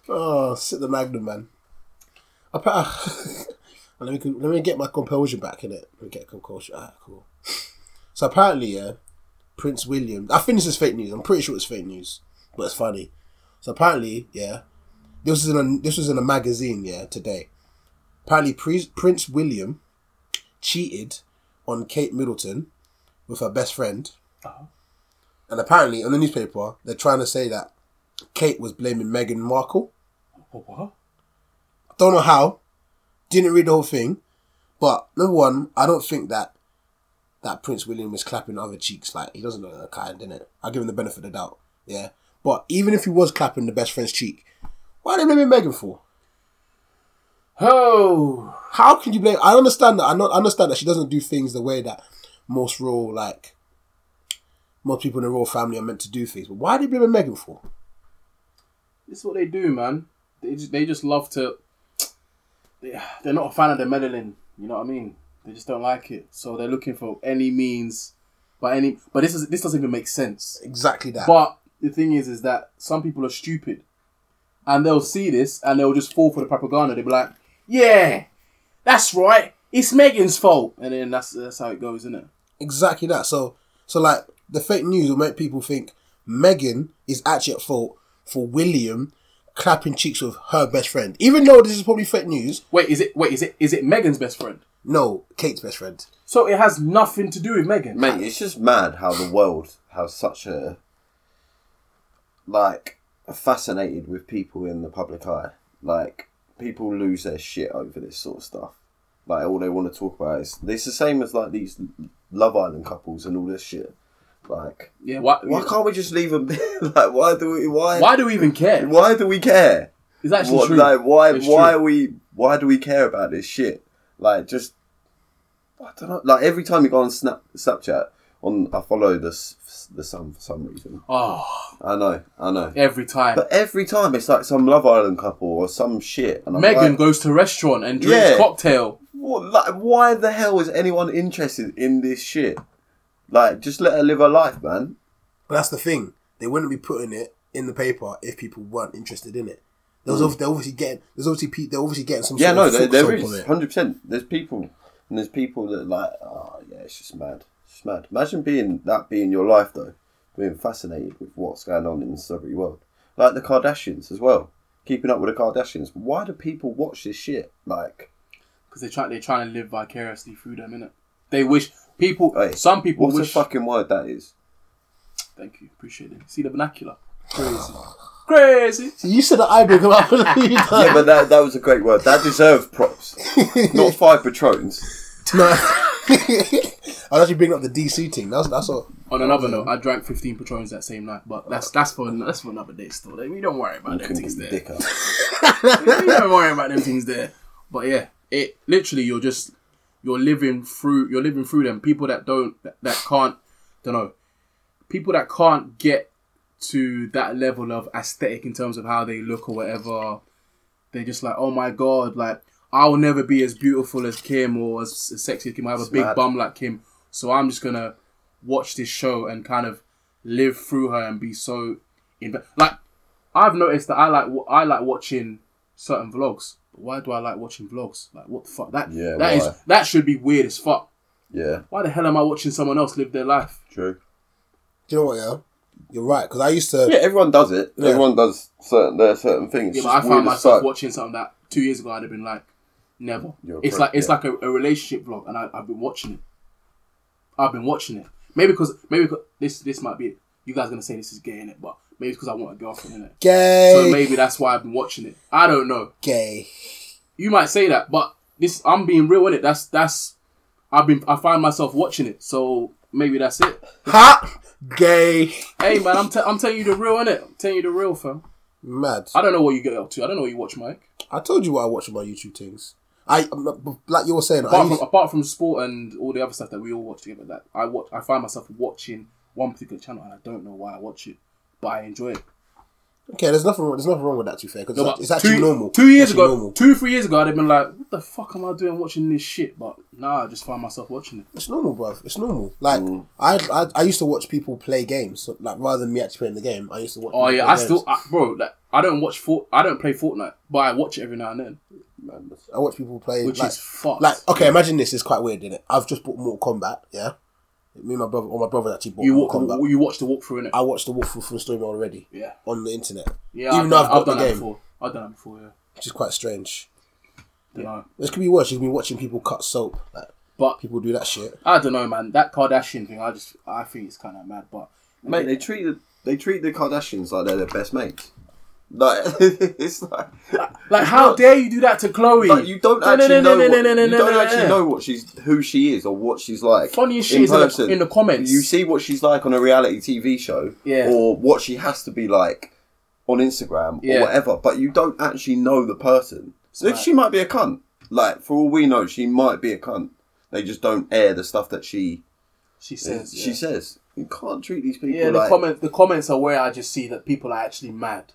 oh, sit the magnum, man. Appa- And let me let me get my composure back in it. Let me get composure. Ah, cool. So apparently, yeah, Prince William. I think this is fake news. I'm pretty sure it's fake news, but it's funny. So apparently, yeah, this is in a this was in a magazine, yeah, today. Apparently, Pre- Prince William cheated on Kate Middleton with her best friend,
Uh-huh.
and apparently, on the newspaper, they're trying to say that Kate was blaming Meghan Markle.
What?
Don't know how. Didn't read the whole thing. But number one, I don't think that that Prince William is clapping other cheeks. Like he doesn't look that kind, innit? I give him the benefit of the doubt. Yeah. But even if he was clapping the best friend's cheek, why are they blaming Megan for?
Oh.
How can you blame? I understand that. I not I understand that she doesn't do things the way that most royal like most people in the royal family are meant to do things. But why are they blaming Megan for?
This is what they do, man. They just, they just love to. They, they're not a fan of the meddling. You know what I mean? They just don't like it, so they're looking for any means, by any. But this is this doesn't even make sense.
Exactly that.
But the thing is, is that some people are stupid, and they'll see this and they'll just fall for the propaganda. They'll be like, "Yeah, that's right. It's Megan's fault," and then that's that's how it goes, isn't it?
Exactly that. So, so like the fake news will make people think Megan is actually at fault for William clapping cheeks with her best friend, even though this is probably fake news.
Wait, is it? Wait, is it? Is it Megan's best friend?
No, Kate's best friend.
So it has nothing to do with Megan.
Mate, it's just mad how the world has such a like fascinated with people in the public eye. Like people lose their shit over this sort of stuff. Like all they want to talk about is it's the same as like these Love Island couples and all this shit. Like
Yeah. Why?
why can't we just leave them? be? like why do we why
Why do we even care?
why do we care?
It's actually
What,
true.
like why
It's
why
true.
are we why do we care about this shit? Like just I don't know. Like every time you go on Snap Snapchat on I follow the s- the sun for some reason.
Oh,
I know, I know.
every time.
But every time it's like some Love Island couple or some shit. And I'm
Megan
like,
goes to a restaurant and drinks
Yeah.
cocktail.
what, like, why the hell is anyone interested in this shit? Like, just let her live her life, man.
But that's the thing; they wouldn't be putting it in the paper if people weren't interested in it. There was obvi- they're obviously getting there's obviously pe- they're obviously getting some
Yeah,
sort
no,
of
there,
foot
there
stomp on
is
it.
hundred percent. There's people, and there's people that like, oh yeah, it's just mad, it's just mad. Imagine being that being your life though, being fascinated with what's going on in the celebrity world, like the Kardashians as well. Keeping up with the Kardashians. Why do people watch this shit? Like,
because they try they're trying to live vicariously through them, innit? They wish people.
hey,
some people
What a
wish.
fucking word that is.
Thank you, appreciate it. See the vernacular. Crazy, crazy.
You said that I bring up.
yeah, but that, that was a great word. That deserved props. Not five patrons.
no, I was actually bringing up the DC team. That's that's all.
On another note, I drank 15 Patrons that same night, but that's that's for that's for another day. Still, we don't worry about them things there.
Dick up.
we don't worry about them things there. But yeah, it literally you're just you're living through you're living through them. People that don't that, that can't don't know people that can't get to that level of aesthetic in terms of how they look or whatever. They're just like, oh my god, like I'll never be as beautiful as Kim or as, as sexy as Kim. I have a big
mad.
bum like Kim, so I'm just gonna watch this show and kind of live through her and be so in like I've noticed that I like wa- I like watching certain vlogs. But why do I like watching vlogs? Like what the fuck? That
Yeah,
that is
why?
that should be weird as fuck.
Yeah,
Why the hell am I watching someone else live their life?
true.
Do you know what? Yeah, you're right. Because I used to.
Yeah, everyone does it. Everyone does certain there are certain things.
Yeah,
It's
but I
just
found
weird as
myself
fuck.
watching something that two years ago I'd have been like, never.
You're
it's
correct,
like it's
yeah.
like a, a relationship vlog, and I, I've been watching it. I've been watching it. Maybe because maybe 'cause- this this might be it. You guys are gonna say this is gay in it, but maybe it's because I want a girlfriend in it.
Gay.
So maybe that's why I've been watching it. I don't know.
gay.
You might say that, but this I'm being real in it. That's that's I've been I find myself watching it. So maybe that's it.
Ha! Gay.
hey man, I'm, t- I'm telling you the real in it. I'm telling you the real fam.
Mad.
I don't know what you get up to. I don't know what you watch, Mike.
I told you what I watch on my YouTube things. I I'm not- but like you were saying. I
apart
used,
from apart from sport and all the other stuff that we all watch together, that I watch, I find myself watching one particular channel, and I don't know why I watch it, but I enjoy it.
okay, there's nothing wrong- there's nothing wrong with that. To be fair, because
No,
it's,
but
actually
two,
normal.
Two years
It's actually
ago,
normal.
two three years ago, I'd have been like, "What the fuck am I doing watching this shit?" But nah, I just find myself watching it.
It's normal, bruv. It's normal. Like
Mm.
I, I, I used to watch people play games. So, like rather than me actually playing the game, I used to watch.
Oh
people
yeah,
play
I
games.
still, I, bro, like I don't watch Fort, I don't play Fortnite, but I watch it every now and then,
Madness.
I watch people play.
which
like,
is fucked.
like
oh,
okay, imagine this is quite weird, isn't it? I've just bought Mortal Kombat. Yeah, me and my brother, or my brother actually bought
you walk,
Mortal Kombat.
you watch the walkthrough in it.
I watched the walkthrough from story mode already.
Yeah.
on the internet.
Yeah,
even
I've,
though
done,
I've got
done
the
that
game,
before. I've done that before. Yeah,
which is quite strange.
Dunno.
This could be worse. You've been watching people cut soap. Like
but
people do that shit.
I don't know, man. That Kardashian thing, I just, I think it's kind of mad, but.
Mate, they treat the they treat the Kardashians like they're their best mates. Like it's like,
Like, how dare you do that to Chloe?
like you don't
No, no,
actually
no,
know
no,
what,
no, no, no,
you
no,
don't
no,
actually
no.
know what she's who she is or what she's like.
Funniest shit
in
is in the-
person.
in the comments.
You see what she's like on a reality TV show,
Yeah.
or what she has to be like on Instagram
Yeah.
or whatever, but you don't actually know the person. So
Right.
she might be a cunt. Like for all we know, she might be a cunt. They just don't air the stuff that she
She says.
she
yeah.
says. You can't treat these people
Yeah, the
like
comment the comments are where I just see that people are actually mad.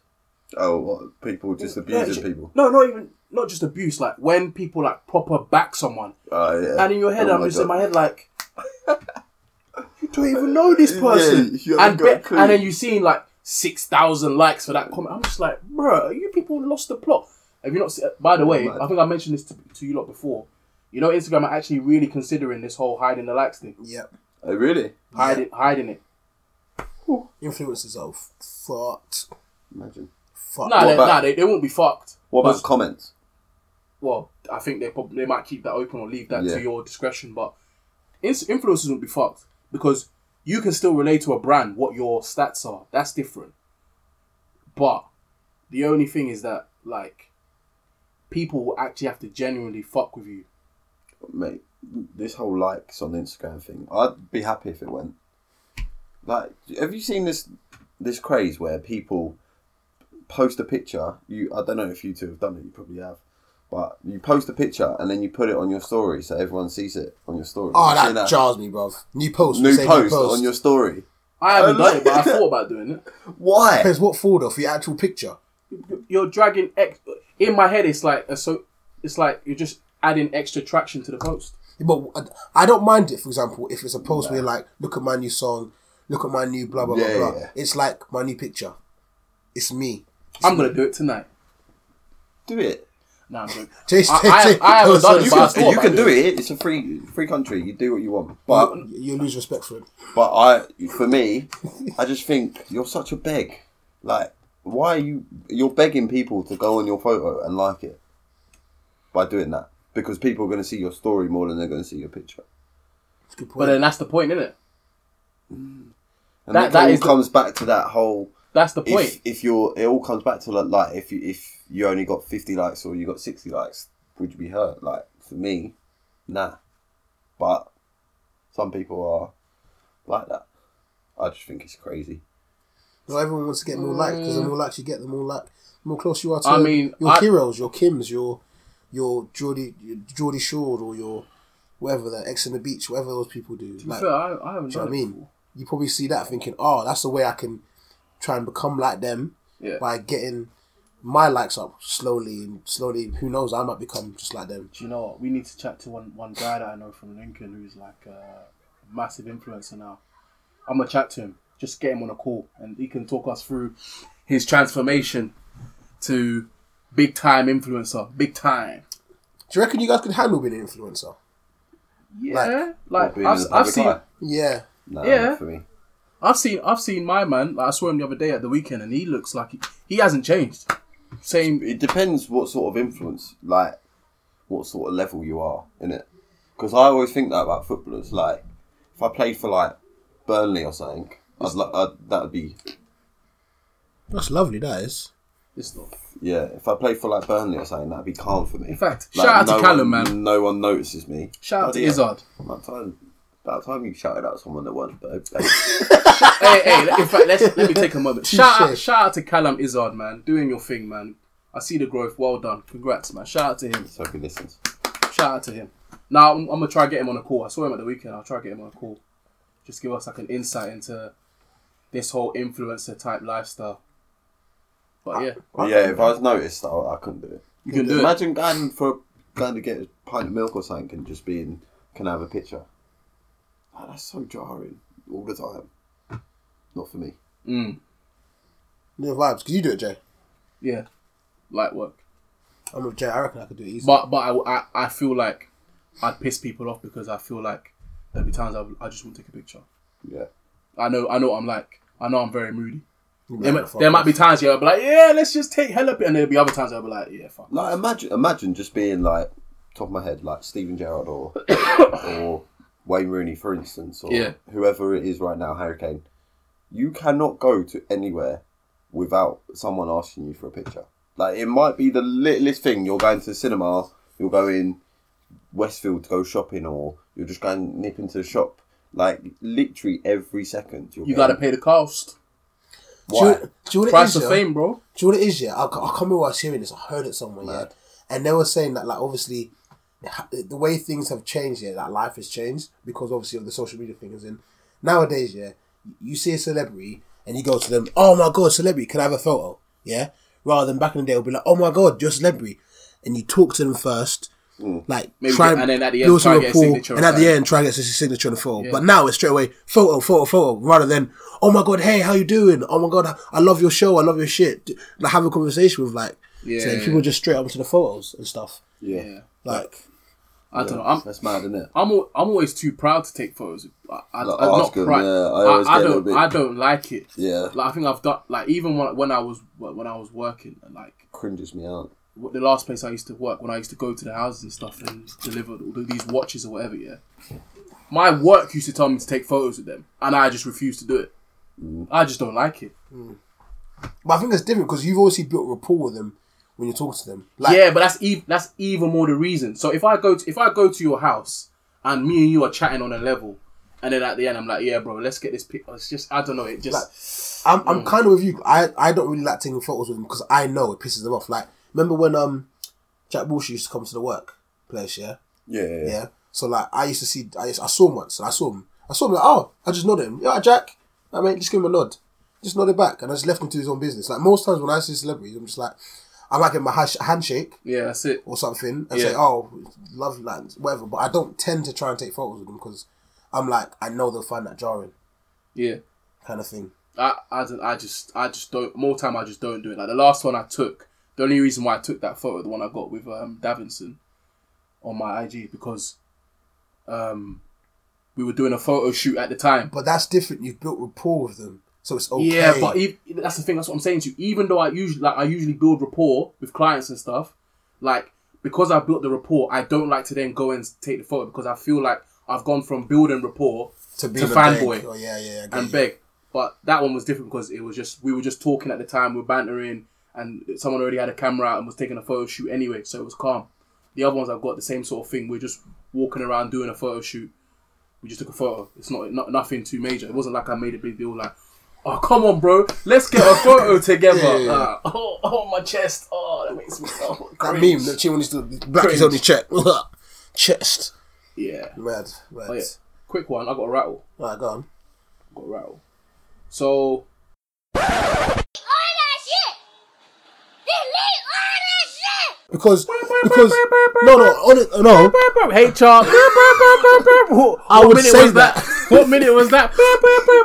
oh, what, people just
No,
abusing
she-
people.
No, not even not just abuse. Like when people like proper back someone,
Oh, yeah.
and in your head,
Oh
I'm
my
just in
God.
my head like, you don't even know this
Yeah,
person,
you haven't
and
got a
be-
clue.
and then you seeing like six thousand likes for that comment. I'm just like, bruh, you people lost the plot. Have you not? Se- By the way,
mad.
I think I mentioned this to, to you lot before. You know, Instagram are actually really considering this whole hiding the likes thing,
Yep.
Oh, really?
hiding hiding it.
Influencers are f- fucked.
Imagine.
Fucked.
No, they,
Uh, about-
nah, they, they won't be fucked.
What about
'Cause-
comments?
well, I think they probably they might keep that open or leave that
Yeah.
to your discretion. But ins- influencers won't be fucked because you can still relate to a brand what your stats are. That's different. But the only thing is that like people will actually have to genuinely fuck with you.
Mate, this whole likes on Instagram thing, I'd be happy if it went. Like, have you seen this this craze where people post a picture? You, I don't know if you two have done it. You probably have, but you post a picture and then you put it on your story so everyone sees it on your story.
Oh,
You
that,
seen
jars me, bruv. New post.
new
say
post on your story.
I
Uh,
haven't
Oh,
done it, but I thought about doing it.
Why?
Depends what folder for your actual picture.
You're dragging ex- in my head. It's like a so it's like you're just adding extra traction to the post.
But uh, I- I don't mind it. For example, if it's a post where you're like, look at my new song, look at my new blah blah
Yeah,
blah
yeah,
blah.
yeah.
It's like my new picture. It's me.
I'm gonna do it tonight.
Do it.
Nah, I'm joking.
Chase,
I- I- I haven't done it,
You
But I
can,
thought
you
about
can do
doing
it. It's a free free country. You do what you want. But
You lose respect for him.
But I, for me, I just think you're such a beg. Like, why are you? You're begging people to go on your photo and like it by doing that because people are going to see your story more than they're going to see your picture.
It's a good point.
But then that's the point, isn't it?
And
That-
that,
that
all
is the-
comes back to that whole.
That's the point.
If, if you're, it all comes back to like, like if you if you only got fifty likes or you got sixty likes, would you be hurt? Like for me, nah. But some people are like that. I just think it's crazy.
Not everyone wants to get more likes because the more likes you get, the more like the more close you are to
I mean,
your
I-
heroes, your Kims, your your Geordie your Geordie Shore or your whatever that X on the beach, whatever those people do.
To be
Like,
fair, I, I haven't
do you know what
done
I
it
mean?
before.
You probably "Ah, see that thinking, oh, that's the way I can try and become like them
Yeah.
by getting my likes up slowly and slowly. Who knows? I might become just like them.
Do you know what? We need to chat to one, one guy that I know from Lincoln who's like uh, a massive influencer now. I'm going to chat to him. Just get him on a call and he can talk us through his transformation to big time influencer. Big time.
Do you reckon you guys could handle being an influencer?
Yeah.
Or
Like,
being
I've,
another
I've seen.
guy.
Yeah.
Nah,
Yeah.
for me.
I've seen I've seen my man. Like I saw him the other day at the weekend, and he looks like he, he hasn't changed. Same.
It depends what sort of influence, like what sort of level you are in it. Because I always think that about footballers. Like, if I played for like Burnley or something, I'd, li- I'd that would be
That's lovely, that is.
It's not.
yeah. If I played for like Burnley or something, that'd be calm for me.
In fact,
Like,
shout out
no
to Callum,
one-
man.
No one notices me.
Shout out to
Bloody hell.
Izzard.
About time, about time you shouted out someone that weren't. But
hey, hey. In fact, let's let me take a moment. Shout out,
Touche.
shout out to Callum Izzard, man. Doing your thing, man. I see the growth. Well done. Congrats, man. Shout out to him.
so he listens.
Shout out to him. Now I'm, I'm gonna try and get him on a call. I saw him at the weekend. I'll try and get him on a call. Just give us like an insight into this whole influencer type lifestyle. But yeah,
But yeah, if I was noticed, I, I couldn't do it.
you can do it.
Imagine going for going to get a pint of milk or something and just being, can I have a picture? Oh, that's so jarring all the time. Not for me.
No vibes. Could you do it, Jay?
Yeah, light work.
I'm with Jay. I reckon I could do it easy.
But but I, I, I feel like I'd piss people off because I feel like there'll be times I, I just won't take a picture.
Yeah.
I know I know what I'm like. I know I'm very moody.
You
There,
might
might-
fuck
there might
off.
be times yeah, I'll be like, yeah, let's just take hella bit, and there'll be other times I'll be like, yeah, fuck.
Like imagine, imagine just being like top of my head, like Steven Gerrard or or Wayne Rooney, for instance, or
Yeah.
whoever it is right now, Hurricane. You cannot go to anywhere without someone asking you for a picture. Like it might be the littlest thing. You're going to the cinema. You're going Westfield to go shopping, or you're just going nip into the shop. Like literally every second, you're
You
going,
gotta pay the cost.
Do you,
Why?
do you know what it
Price
is,
of
yeah?
fame, bro.
Do you know what it is? Yeah, I, ca- I can't remember where I was hearing this. I heard it somewhere. Yeah, and they were saying that like obviously ha- the way things have changed. Yeah, that life has changed because obviously of the social media thing is in nowadays. Yeah, you see a celebrity and you go to them. Oh my god, celebrity! Can I have a photo? Yeah, rather than back in the day, it'll be like, oh my god, you're a celebrity, and you talk to them first. Like
Mm. Maybe
try
get- and then at the end
build some
try and get a
rapport,
signature or
and at the
something.
end try and get his signature on the photo. But now it's straight away photo, photo, photo, rather than oh my god, hey, how you doing? Oh my god, I love your show, I love your shit. D- Like have a conversation with like,
Yeah,
so
yeah,
people just straight up to the photos and stuff.
yeah,
Yeah.
Like
I don't know. I'm
that's mad, isn't it?
I'm al- I'm always too proud to take photos. I, I,
Like,
I'm
ask
not
'em,
proud.
yeah, I
I,
always
I,
get a little
don't
bit-
I don't like it.
Yeah,
Like I think I've done like even when when I was when I was working like
cringes me out.
what- the last place I used to work when I used to go to the houses and stuff and deliver all these watches or whatever, yeah. My work used to tell me to take photos with them, and I just refused to do it.
Mm.
I just don't like it.
But I think it's different because you've obviously built rapport with them when you talk to them. Like,
yeah, but that's even that's even more the reason. So if I go to if I go to your house and me and you are chatting on a level, and then at the end I'm like, yeah, bro, let's get this pic. It's just I don't know. It just
I'm,
Mm.
I'm kind of with you. I, I don't really like taking photos with them because I know it pisses them off. Like, remember when um Jack Bush used to come to the work place, yeah,
Yeah, yeah, yeah.
yeah. So like, I used to see, I, used, I saw him once, and I saw him, I saw him like, oh, I just nodded him, yeah, Jack. I mean, just give him a nod, just nodded back, and I just left him to his own business. Like most times when I see celebrities, I'm just like, I might give him a hash, handshake
yeah, that's it.
or something and
Yeah.
say, oh, love land, whatever. But I don't tend to try and take photos with them because I'm like, I know they'll find that jarring
Yeah.
kind of thing.
I, I, don't- I just I just don't more time I just don't do it. Like the last one I took, the only reason why I took that photo, the one I got with um, Davinson on my IG, is because um, we were doing a photo shoot at the time.
But that's different. You've built rapport with them, so it's okay.
Yeah, but ev that's the thing. That's what I'm saying to you. Even though I usually like I usually build rapport with clients and stuff, like because I built the rapport, I don't like to then go and take the photo because I feel like I've gone from building rapport
to be
to
a
fanboy.
beg- Oh yeah, yeah, yeah. I get
and
you.
beg. But that one was different because it was just we were just talking at the time, we were bantering, and someone already had a camera out and was taking a photo shoot anyway, so it was calm. The other ones I've got the same sort of thing. We're just walking around doing a photo shoot. We just took a photo. It's not, not nothing too major. It wasn't like I made a big deal. Like, oh come on, bro, let's get a photo together. Uh, oh, oh my chest. Oh, that makes me so.
That
cringe.
meme that Chin needs to black
Cringe.
is only check. Chest.
Yeah.
Mad, mad.
Oh, yeah. Quick one. I got a rattle.
All right, go on.
got a rattle. So
all that shit. Then
because because no no on, no
Hey, Charles.
I would say
was
that.
What minute was that?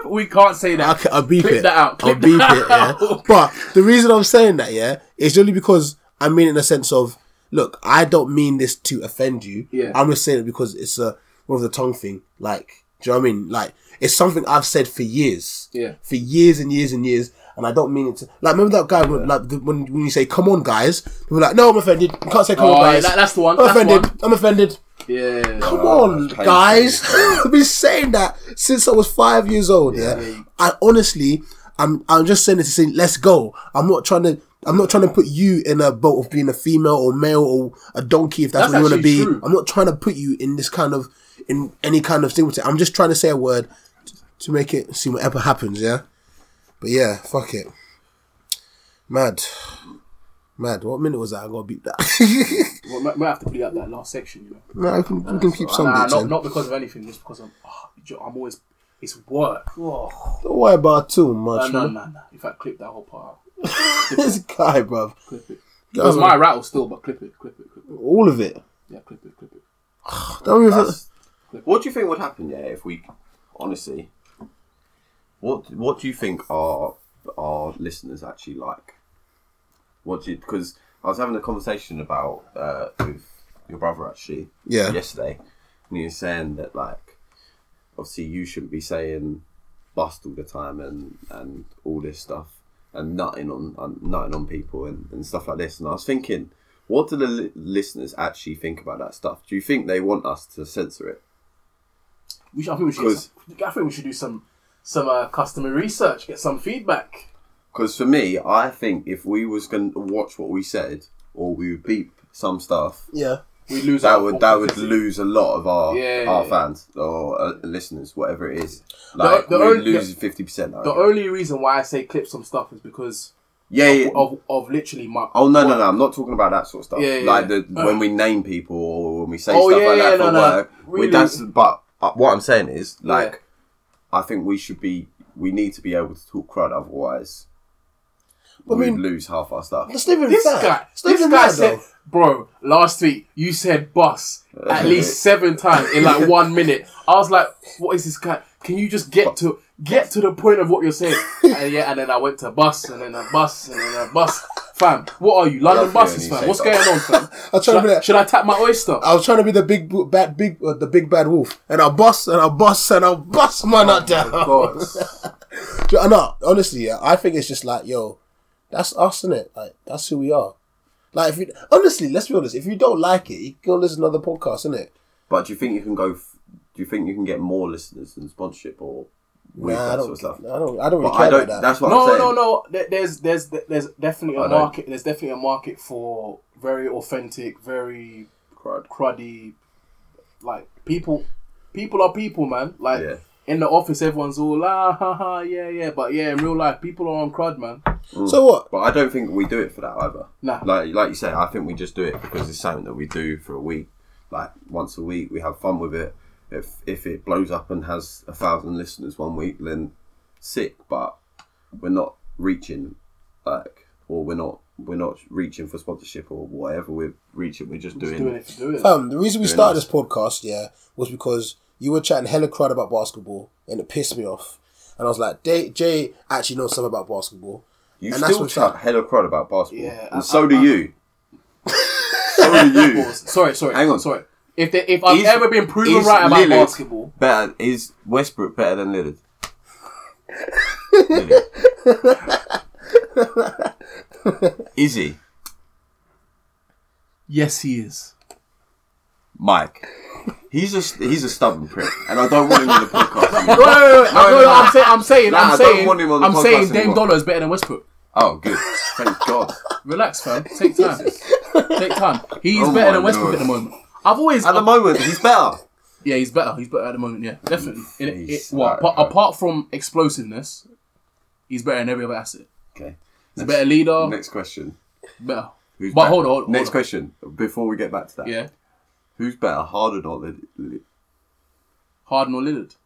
we can't say that.
Okay, I'll beep
Clip
it.
that out.
I'll
Clip
beep
that
it. Yeah.
out.
But the reason I'm saying that, yeah, is only because I mean it in the sense of, look, I don't mean this to offend you.
Yeah.
I'm just saying it because it's a more of the tongue thing. Like, do you know what I mean? Like, it's something I've said for years.
Yeah.
For years and years and years. And I don't mean it to like. Remember that guy when, like the, when when you say "Come on, guys," people are like, "No, I'm offended. You can't say come
Oh,
on,
yeah,
guys."
that- that's the one,
I'm
that's the
offended.
one.
I'm offended.
Yeah.
Come
Oh,
on,
that's painful.
guys. I've been saying that since I was five years old. Yeah. I honestly, I'm, I'm just saying this to say, let's go. I'm not trying to, I'm not trying to put you in a boat of being a female or male or a donkey if that's,
That's
what you want to
actually
be.
true.
I'm not trying to put you in this kind of, in any kind of thing with it. I'm just trying to say a word t- to make it see whatever happens. Yeah. But yeah, fuck it. Mad. Mad. What minute was that? I gotta beat that.
We might might have to put it out that last section, you know.
no, we can, we can keep some
Nah,
bits eh?
not,
in.
not because of anything, just because I'm. ah, jo- I'm always. It's work. Oh,
Don't worry about too much,
no, no,
man.
no, no. If I clip that whole part out,
this guy, bruv.
clip it.
Guys,
It's my rattle still, but clip it, clip it, clip it.
all of it.
Yeah, clip it, clip it.
Don't even.
That's- what do you think would happen, yeah, if we, honestly, what what do you think our our listeners actually like? What do you? Because I was having a conversation about uh, with your brother actually,
Yeah.
yesterday, and he was saying that like, obviously you shouldn't be saying bust all the time and and all this stuff and nutting on and nutting on people and, and stuff like this. And I was thinking. What do the li- listeners actually think about that stuff? Do you think they want us to censor it?
We should, I think we should. get
'Cause-
some- I think we should do some some uh, customer research, get some feedback.
Because for me, I think if we was going to watch what we said or we would beep some stuff,
Yeah.
We lose
that
our
would that would
authenticity.
lose a lot of our
Yeah.
our fans or uh, listeners, whatever it is. Like
the
we're
only-
losing fifty percent.
The only reason why I say clip some stuff is because
yeah, yeah.
of of literally my.
Oh no no no! I'm not talking about that sort of stuff.
Yeah, yeah,
like
yeah.
the when we name people or when we say
Oh,
stuff
yeah,
like that
yeah, no,
for
no.
work.
Really?
We, that's but uh, what I'm saying is like, I think we should be we need to be able to talk crud. Otherwise,
I
we
mean-
would lose half our stuff.
It's not even
This
bad.
guy,
It's not
this
even
guy
bad,
said,
though.
"Bro, last week you said bus at least seven times in like one minute." I was like, "What is this guy? Can you just get to get to the point of what you're saying?" and yeah, and then I went to bus, and then a bus, and then a bus. Fam, what are you? London
love hearing
buses,
you
fam.
say
What's
bus.
going on, fam?
I was
should,
trying to be
I,
that.
should I tap my oyster?
I was trying to be the big bo- bad big uh, the big bad wolf, and I'll bust and I'll bust and I'll bust my nut
Oh
down.
God.
Do you- No, honestly, yeah, I think it's just like, yo, that's us, is it? Like, that's who we are. Like, if you, honestly, let's be honest, if you don't like it, you can go listen to another podcast, innit?
But do you think you can go? F- do you think you can get more listeners than sponsorship or with
Nah, I
that sort of
don't,
stuff?
I don't, I don't
But
really care
I don't.
about that.
That's what I'm
no,
saying.
no, no. There- There's there's there's definitely
I
a
know.
market. There's definitely a market for very authentic, very
Crud.
cruddy. Like people, people are people, man. Like
Yeah.
in the office, everyone's all ah ha ha yeah yeah, but yeah, in real life, people are on crud, man.
so what?
But I don't think we do it for that either.
Nah.
Like like you say, I think we just do it because it's something that we do for a week, like once a week. We have fun with it. If if it blows up and has a thousand listeners one week, then sick. But we're not reaching, like, or we're not we're not reaching for sponsorship or whatever we're reaching. We're
Just
just, doing,
doing it to do it.
Um, the reason we
Very
started
nice.
this podcast, yeah, was because you were chatting hella crud about basketball, and it pissed me off. And I was like, Jay, Jay actually knows something about basketball.
You
And that's
still
what's
chat
up.
hella crud about basketball,
Yeah,
and
I-
so
I-
do
I-
you. so do you.
Sorry, sorry.
Hang on.
sorry. If they, if I've
Is-
ever been proven
is
right about
Lillard
basketball,
Better is Westbrook better than Lillard? Lillard. is he,
yes, he is.
Mike? He's a he's a stubborn prick, and I don't want him on the podcast.
No,
anymore.
no, no, no, no, no, I'm saying, I'm saying,
Nah, I
I'm
don't
saying,
want him on the
I'm
podcast
saying, Dame
anymore.
Dollar is better than Westbrook.
Oh, good. Thank God.
Relax, fam. Take time. Take time. He is
Oh my
better than Westbrook
Lord.
at the moment. I've always,
At the moment, he's better.
yeah, he's better. He's better at the moment. Yeah, definitely. In, it- it,
He's
well,
like-
apart, apart from explosiveness, he's better in every other asset.
Okay.
He's a better leader.
Next question.
Better.
Who's
But
better?
hold on, hold on.
Next
hold
question. Before we get back to that,
on. Yeah,
who's better, Harden or Lillard?
Harden or Lillard?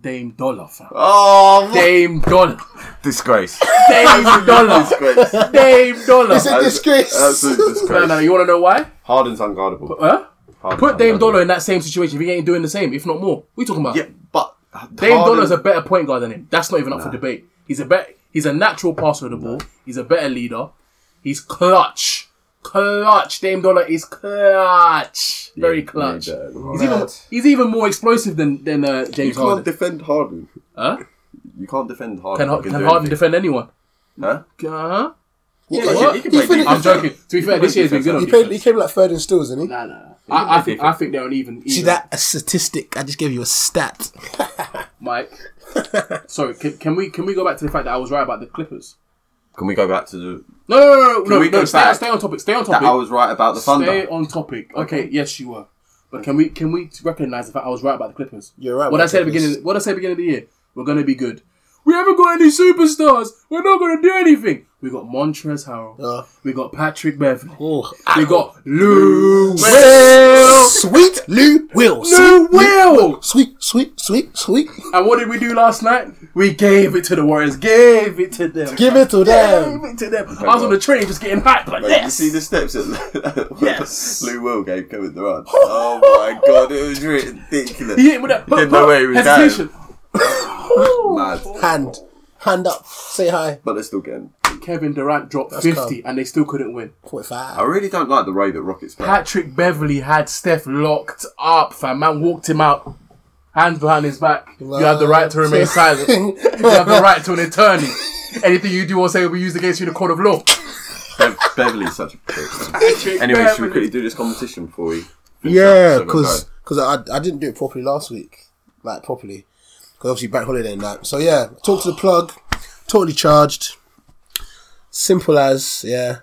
Dame Dollar, fam.
Oh, what?
Dame Dollar.
disgrace.
Dame Dollar.
disgrace.
Dame Dollar.
It's a disgrace.
Absolute
No, no,
disgrace.
you want to know why?
Harden's unguardable.
Huh?
Harden's
Put Dame
unguardable.
Dollar in that same situation. If he ain't doing the same, if not more, what are you talking about?
Yeah, but
Dame
Harden-
Dollar's a better point guard than him. That's not even up for debate. He's a bet. He's a natural passer of the ball. He's a better leader. He's clutch. Clutch. Dame Dollar is clutch. Very clutch.
Yeah,
He's even, he's even more explosive than than uh,
You
James
can't
Harden.
defend Harden.
huh?
You can't defend Harden.
Can, Har-
He
can
do
Harden
anything.
defend anyone?
Huh?
Uh-huh.
Yeah,
can-
he
he
can
can play
play
I'm
defense.
joking. To be fair,
can
this
play
year's been
defense,
good.
huh?
He
on
played. He came like third in steals, didn't he?
Nah, nah. I, I think I think they're uneven.
See
even.
that a statistic? I just gave you a stat.
Mike. Sorry, can, can we can we go back to the fact that I was right about the Clippers?
Can we go back to the?
No, no, no, no, no,
we
no.
go
Stay,
back?
stay on topic. Stay on
That
topic.
I was right about the Thunder.
Stay on topic. Okay, yes, you were. But can we can we recognise the fact I was right about the Clippers?
You're right
What
about
I said at the
Clippers.
beginning. What I said at the beginning of the year. We're gonna be good. We haven't got any superstars. We're not gonna do anything. We got Montrezl Harrell.
Uh.
we got Patrick Beverly.
Oh,
We got Lou
Will.
Will.
Sweet Lou Will.
Lou Will.
Sweet, sweet, sweet, sweet.
And what did we do last night? We gave it to the Warriors. Gave it to them.
Give it to
Gave
them.
it to them. I was on the train just getting hyped like
Mate,
yes.
You see the steps that
Yes.
Lou Will gave Kevin Durant. Oh my god, it was ridiculous.
He hit with that.
He didn't know where he was
hesitation.
Mad.
Hand, hand up. Say hi.
But they're still getting.
Kevin Durant dropped
That's
50
calm.
and they still couldn't win.
I
45.
really don't like the way that Rockets play.
Patrick Beverly had Steph locked up, fam. Man walked him out, hands behind his back. You have the right to remain silent. You have the right to an attorney. Anything you do or say will be used against you in a court of law.
Bev- Beverly's such a prick. man.
Patrick
Anyway, should we
Beverley.
quickly do this competition before we? finish
Yeah,
up? So we'll
because
go.
I, I didn't do it properly last week. Like, properly. Because obviously, bank holiday and that. So, yeah, talk to the plug. Totally charged. Simple as, yeah.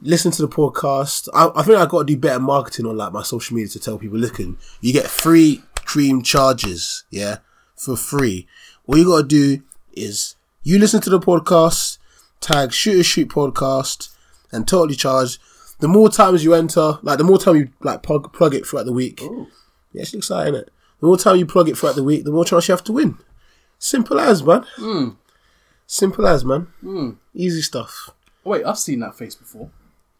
Listen to the podcast. I, I think I got to do better marketing on like my social media to tell people. Looking, you get free cream charges, yeah, for free. All you got to do is you listen to the podcast, tag Shooter Shoot Podcast, and totally charged. The more times you enter, like the more time you like plug, plug it throughout the week. Yeah, it's exciting. It. The more time you plug it throughout the week, the more chance you have to win. Simple as, man. Simple as, man. Easy stuff.
Wait, I've seen that face before.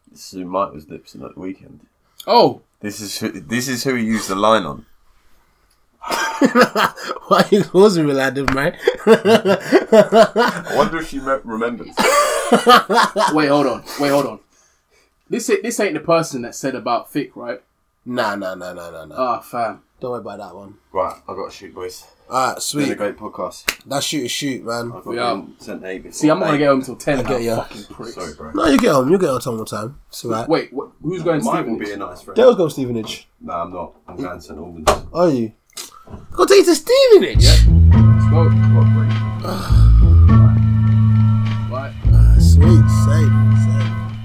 this is who Mike was lipsing at the weekend.
Oh,
This is who, this is who he used the line on.
Why you wasn't related, man?
I wonder if she re- remembers.
wait, hold on. Wait, hold on. This ain't, this ain't the person that said about thick, right?
Nah, nah, nah, nah, nah, nah.
Ah, fam.
Don't worry about that one.
right, I got to shoot, boys.
All right,
Been a
sweet.
great podcast.
That shoot is shoot, man.
I've
We
got
out.
sent eight before.
See, I'm not gonna get home till ten.
get
now,
ya.
Fucking pricks.
Sorry, bro.
No, you get on. You get on time one time. It's alright.
Wait, wh- who's going to
Mike
Stephen?
will be a nice friend.
Dale's going to Stevenage.
No, I'm not. I'm going to St Albans.
Are you? Go take you to Stevenage.
Go.
What a break.
Right.
Ah, sweet,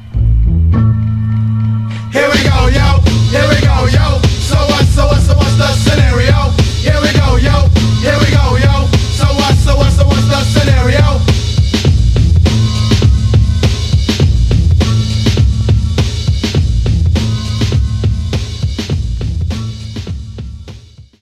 safe, safe.
Here we go, yo.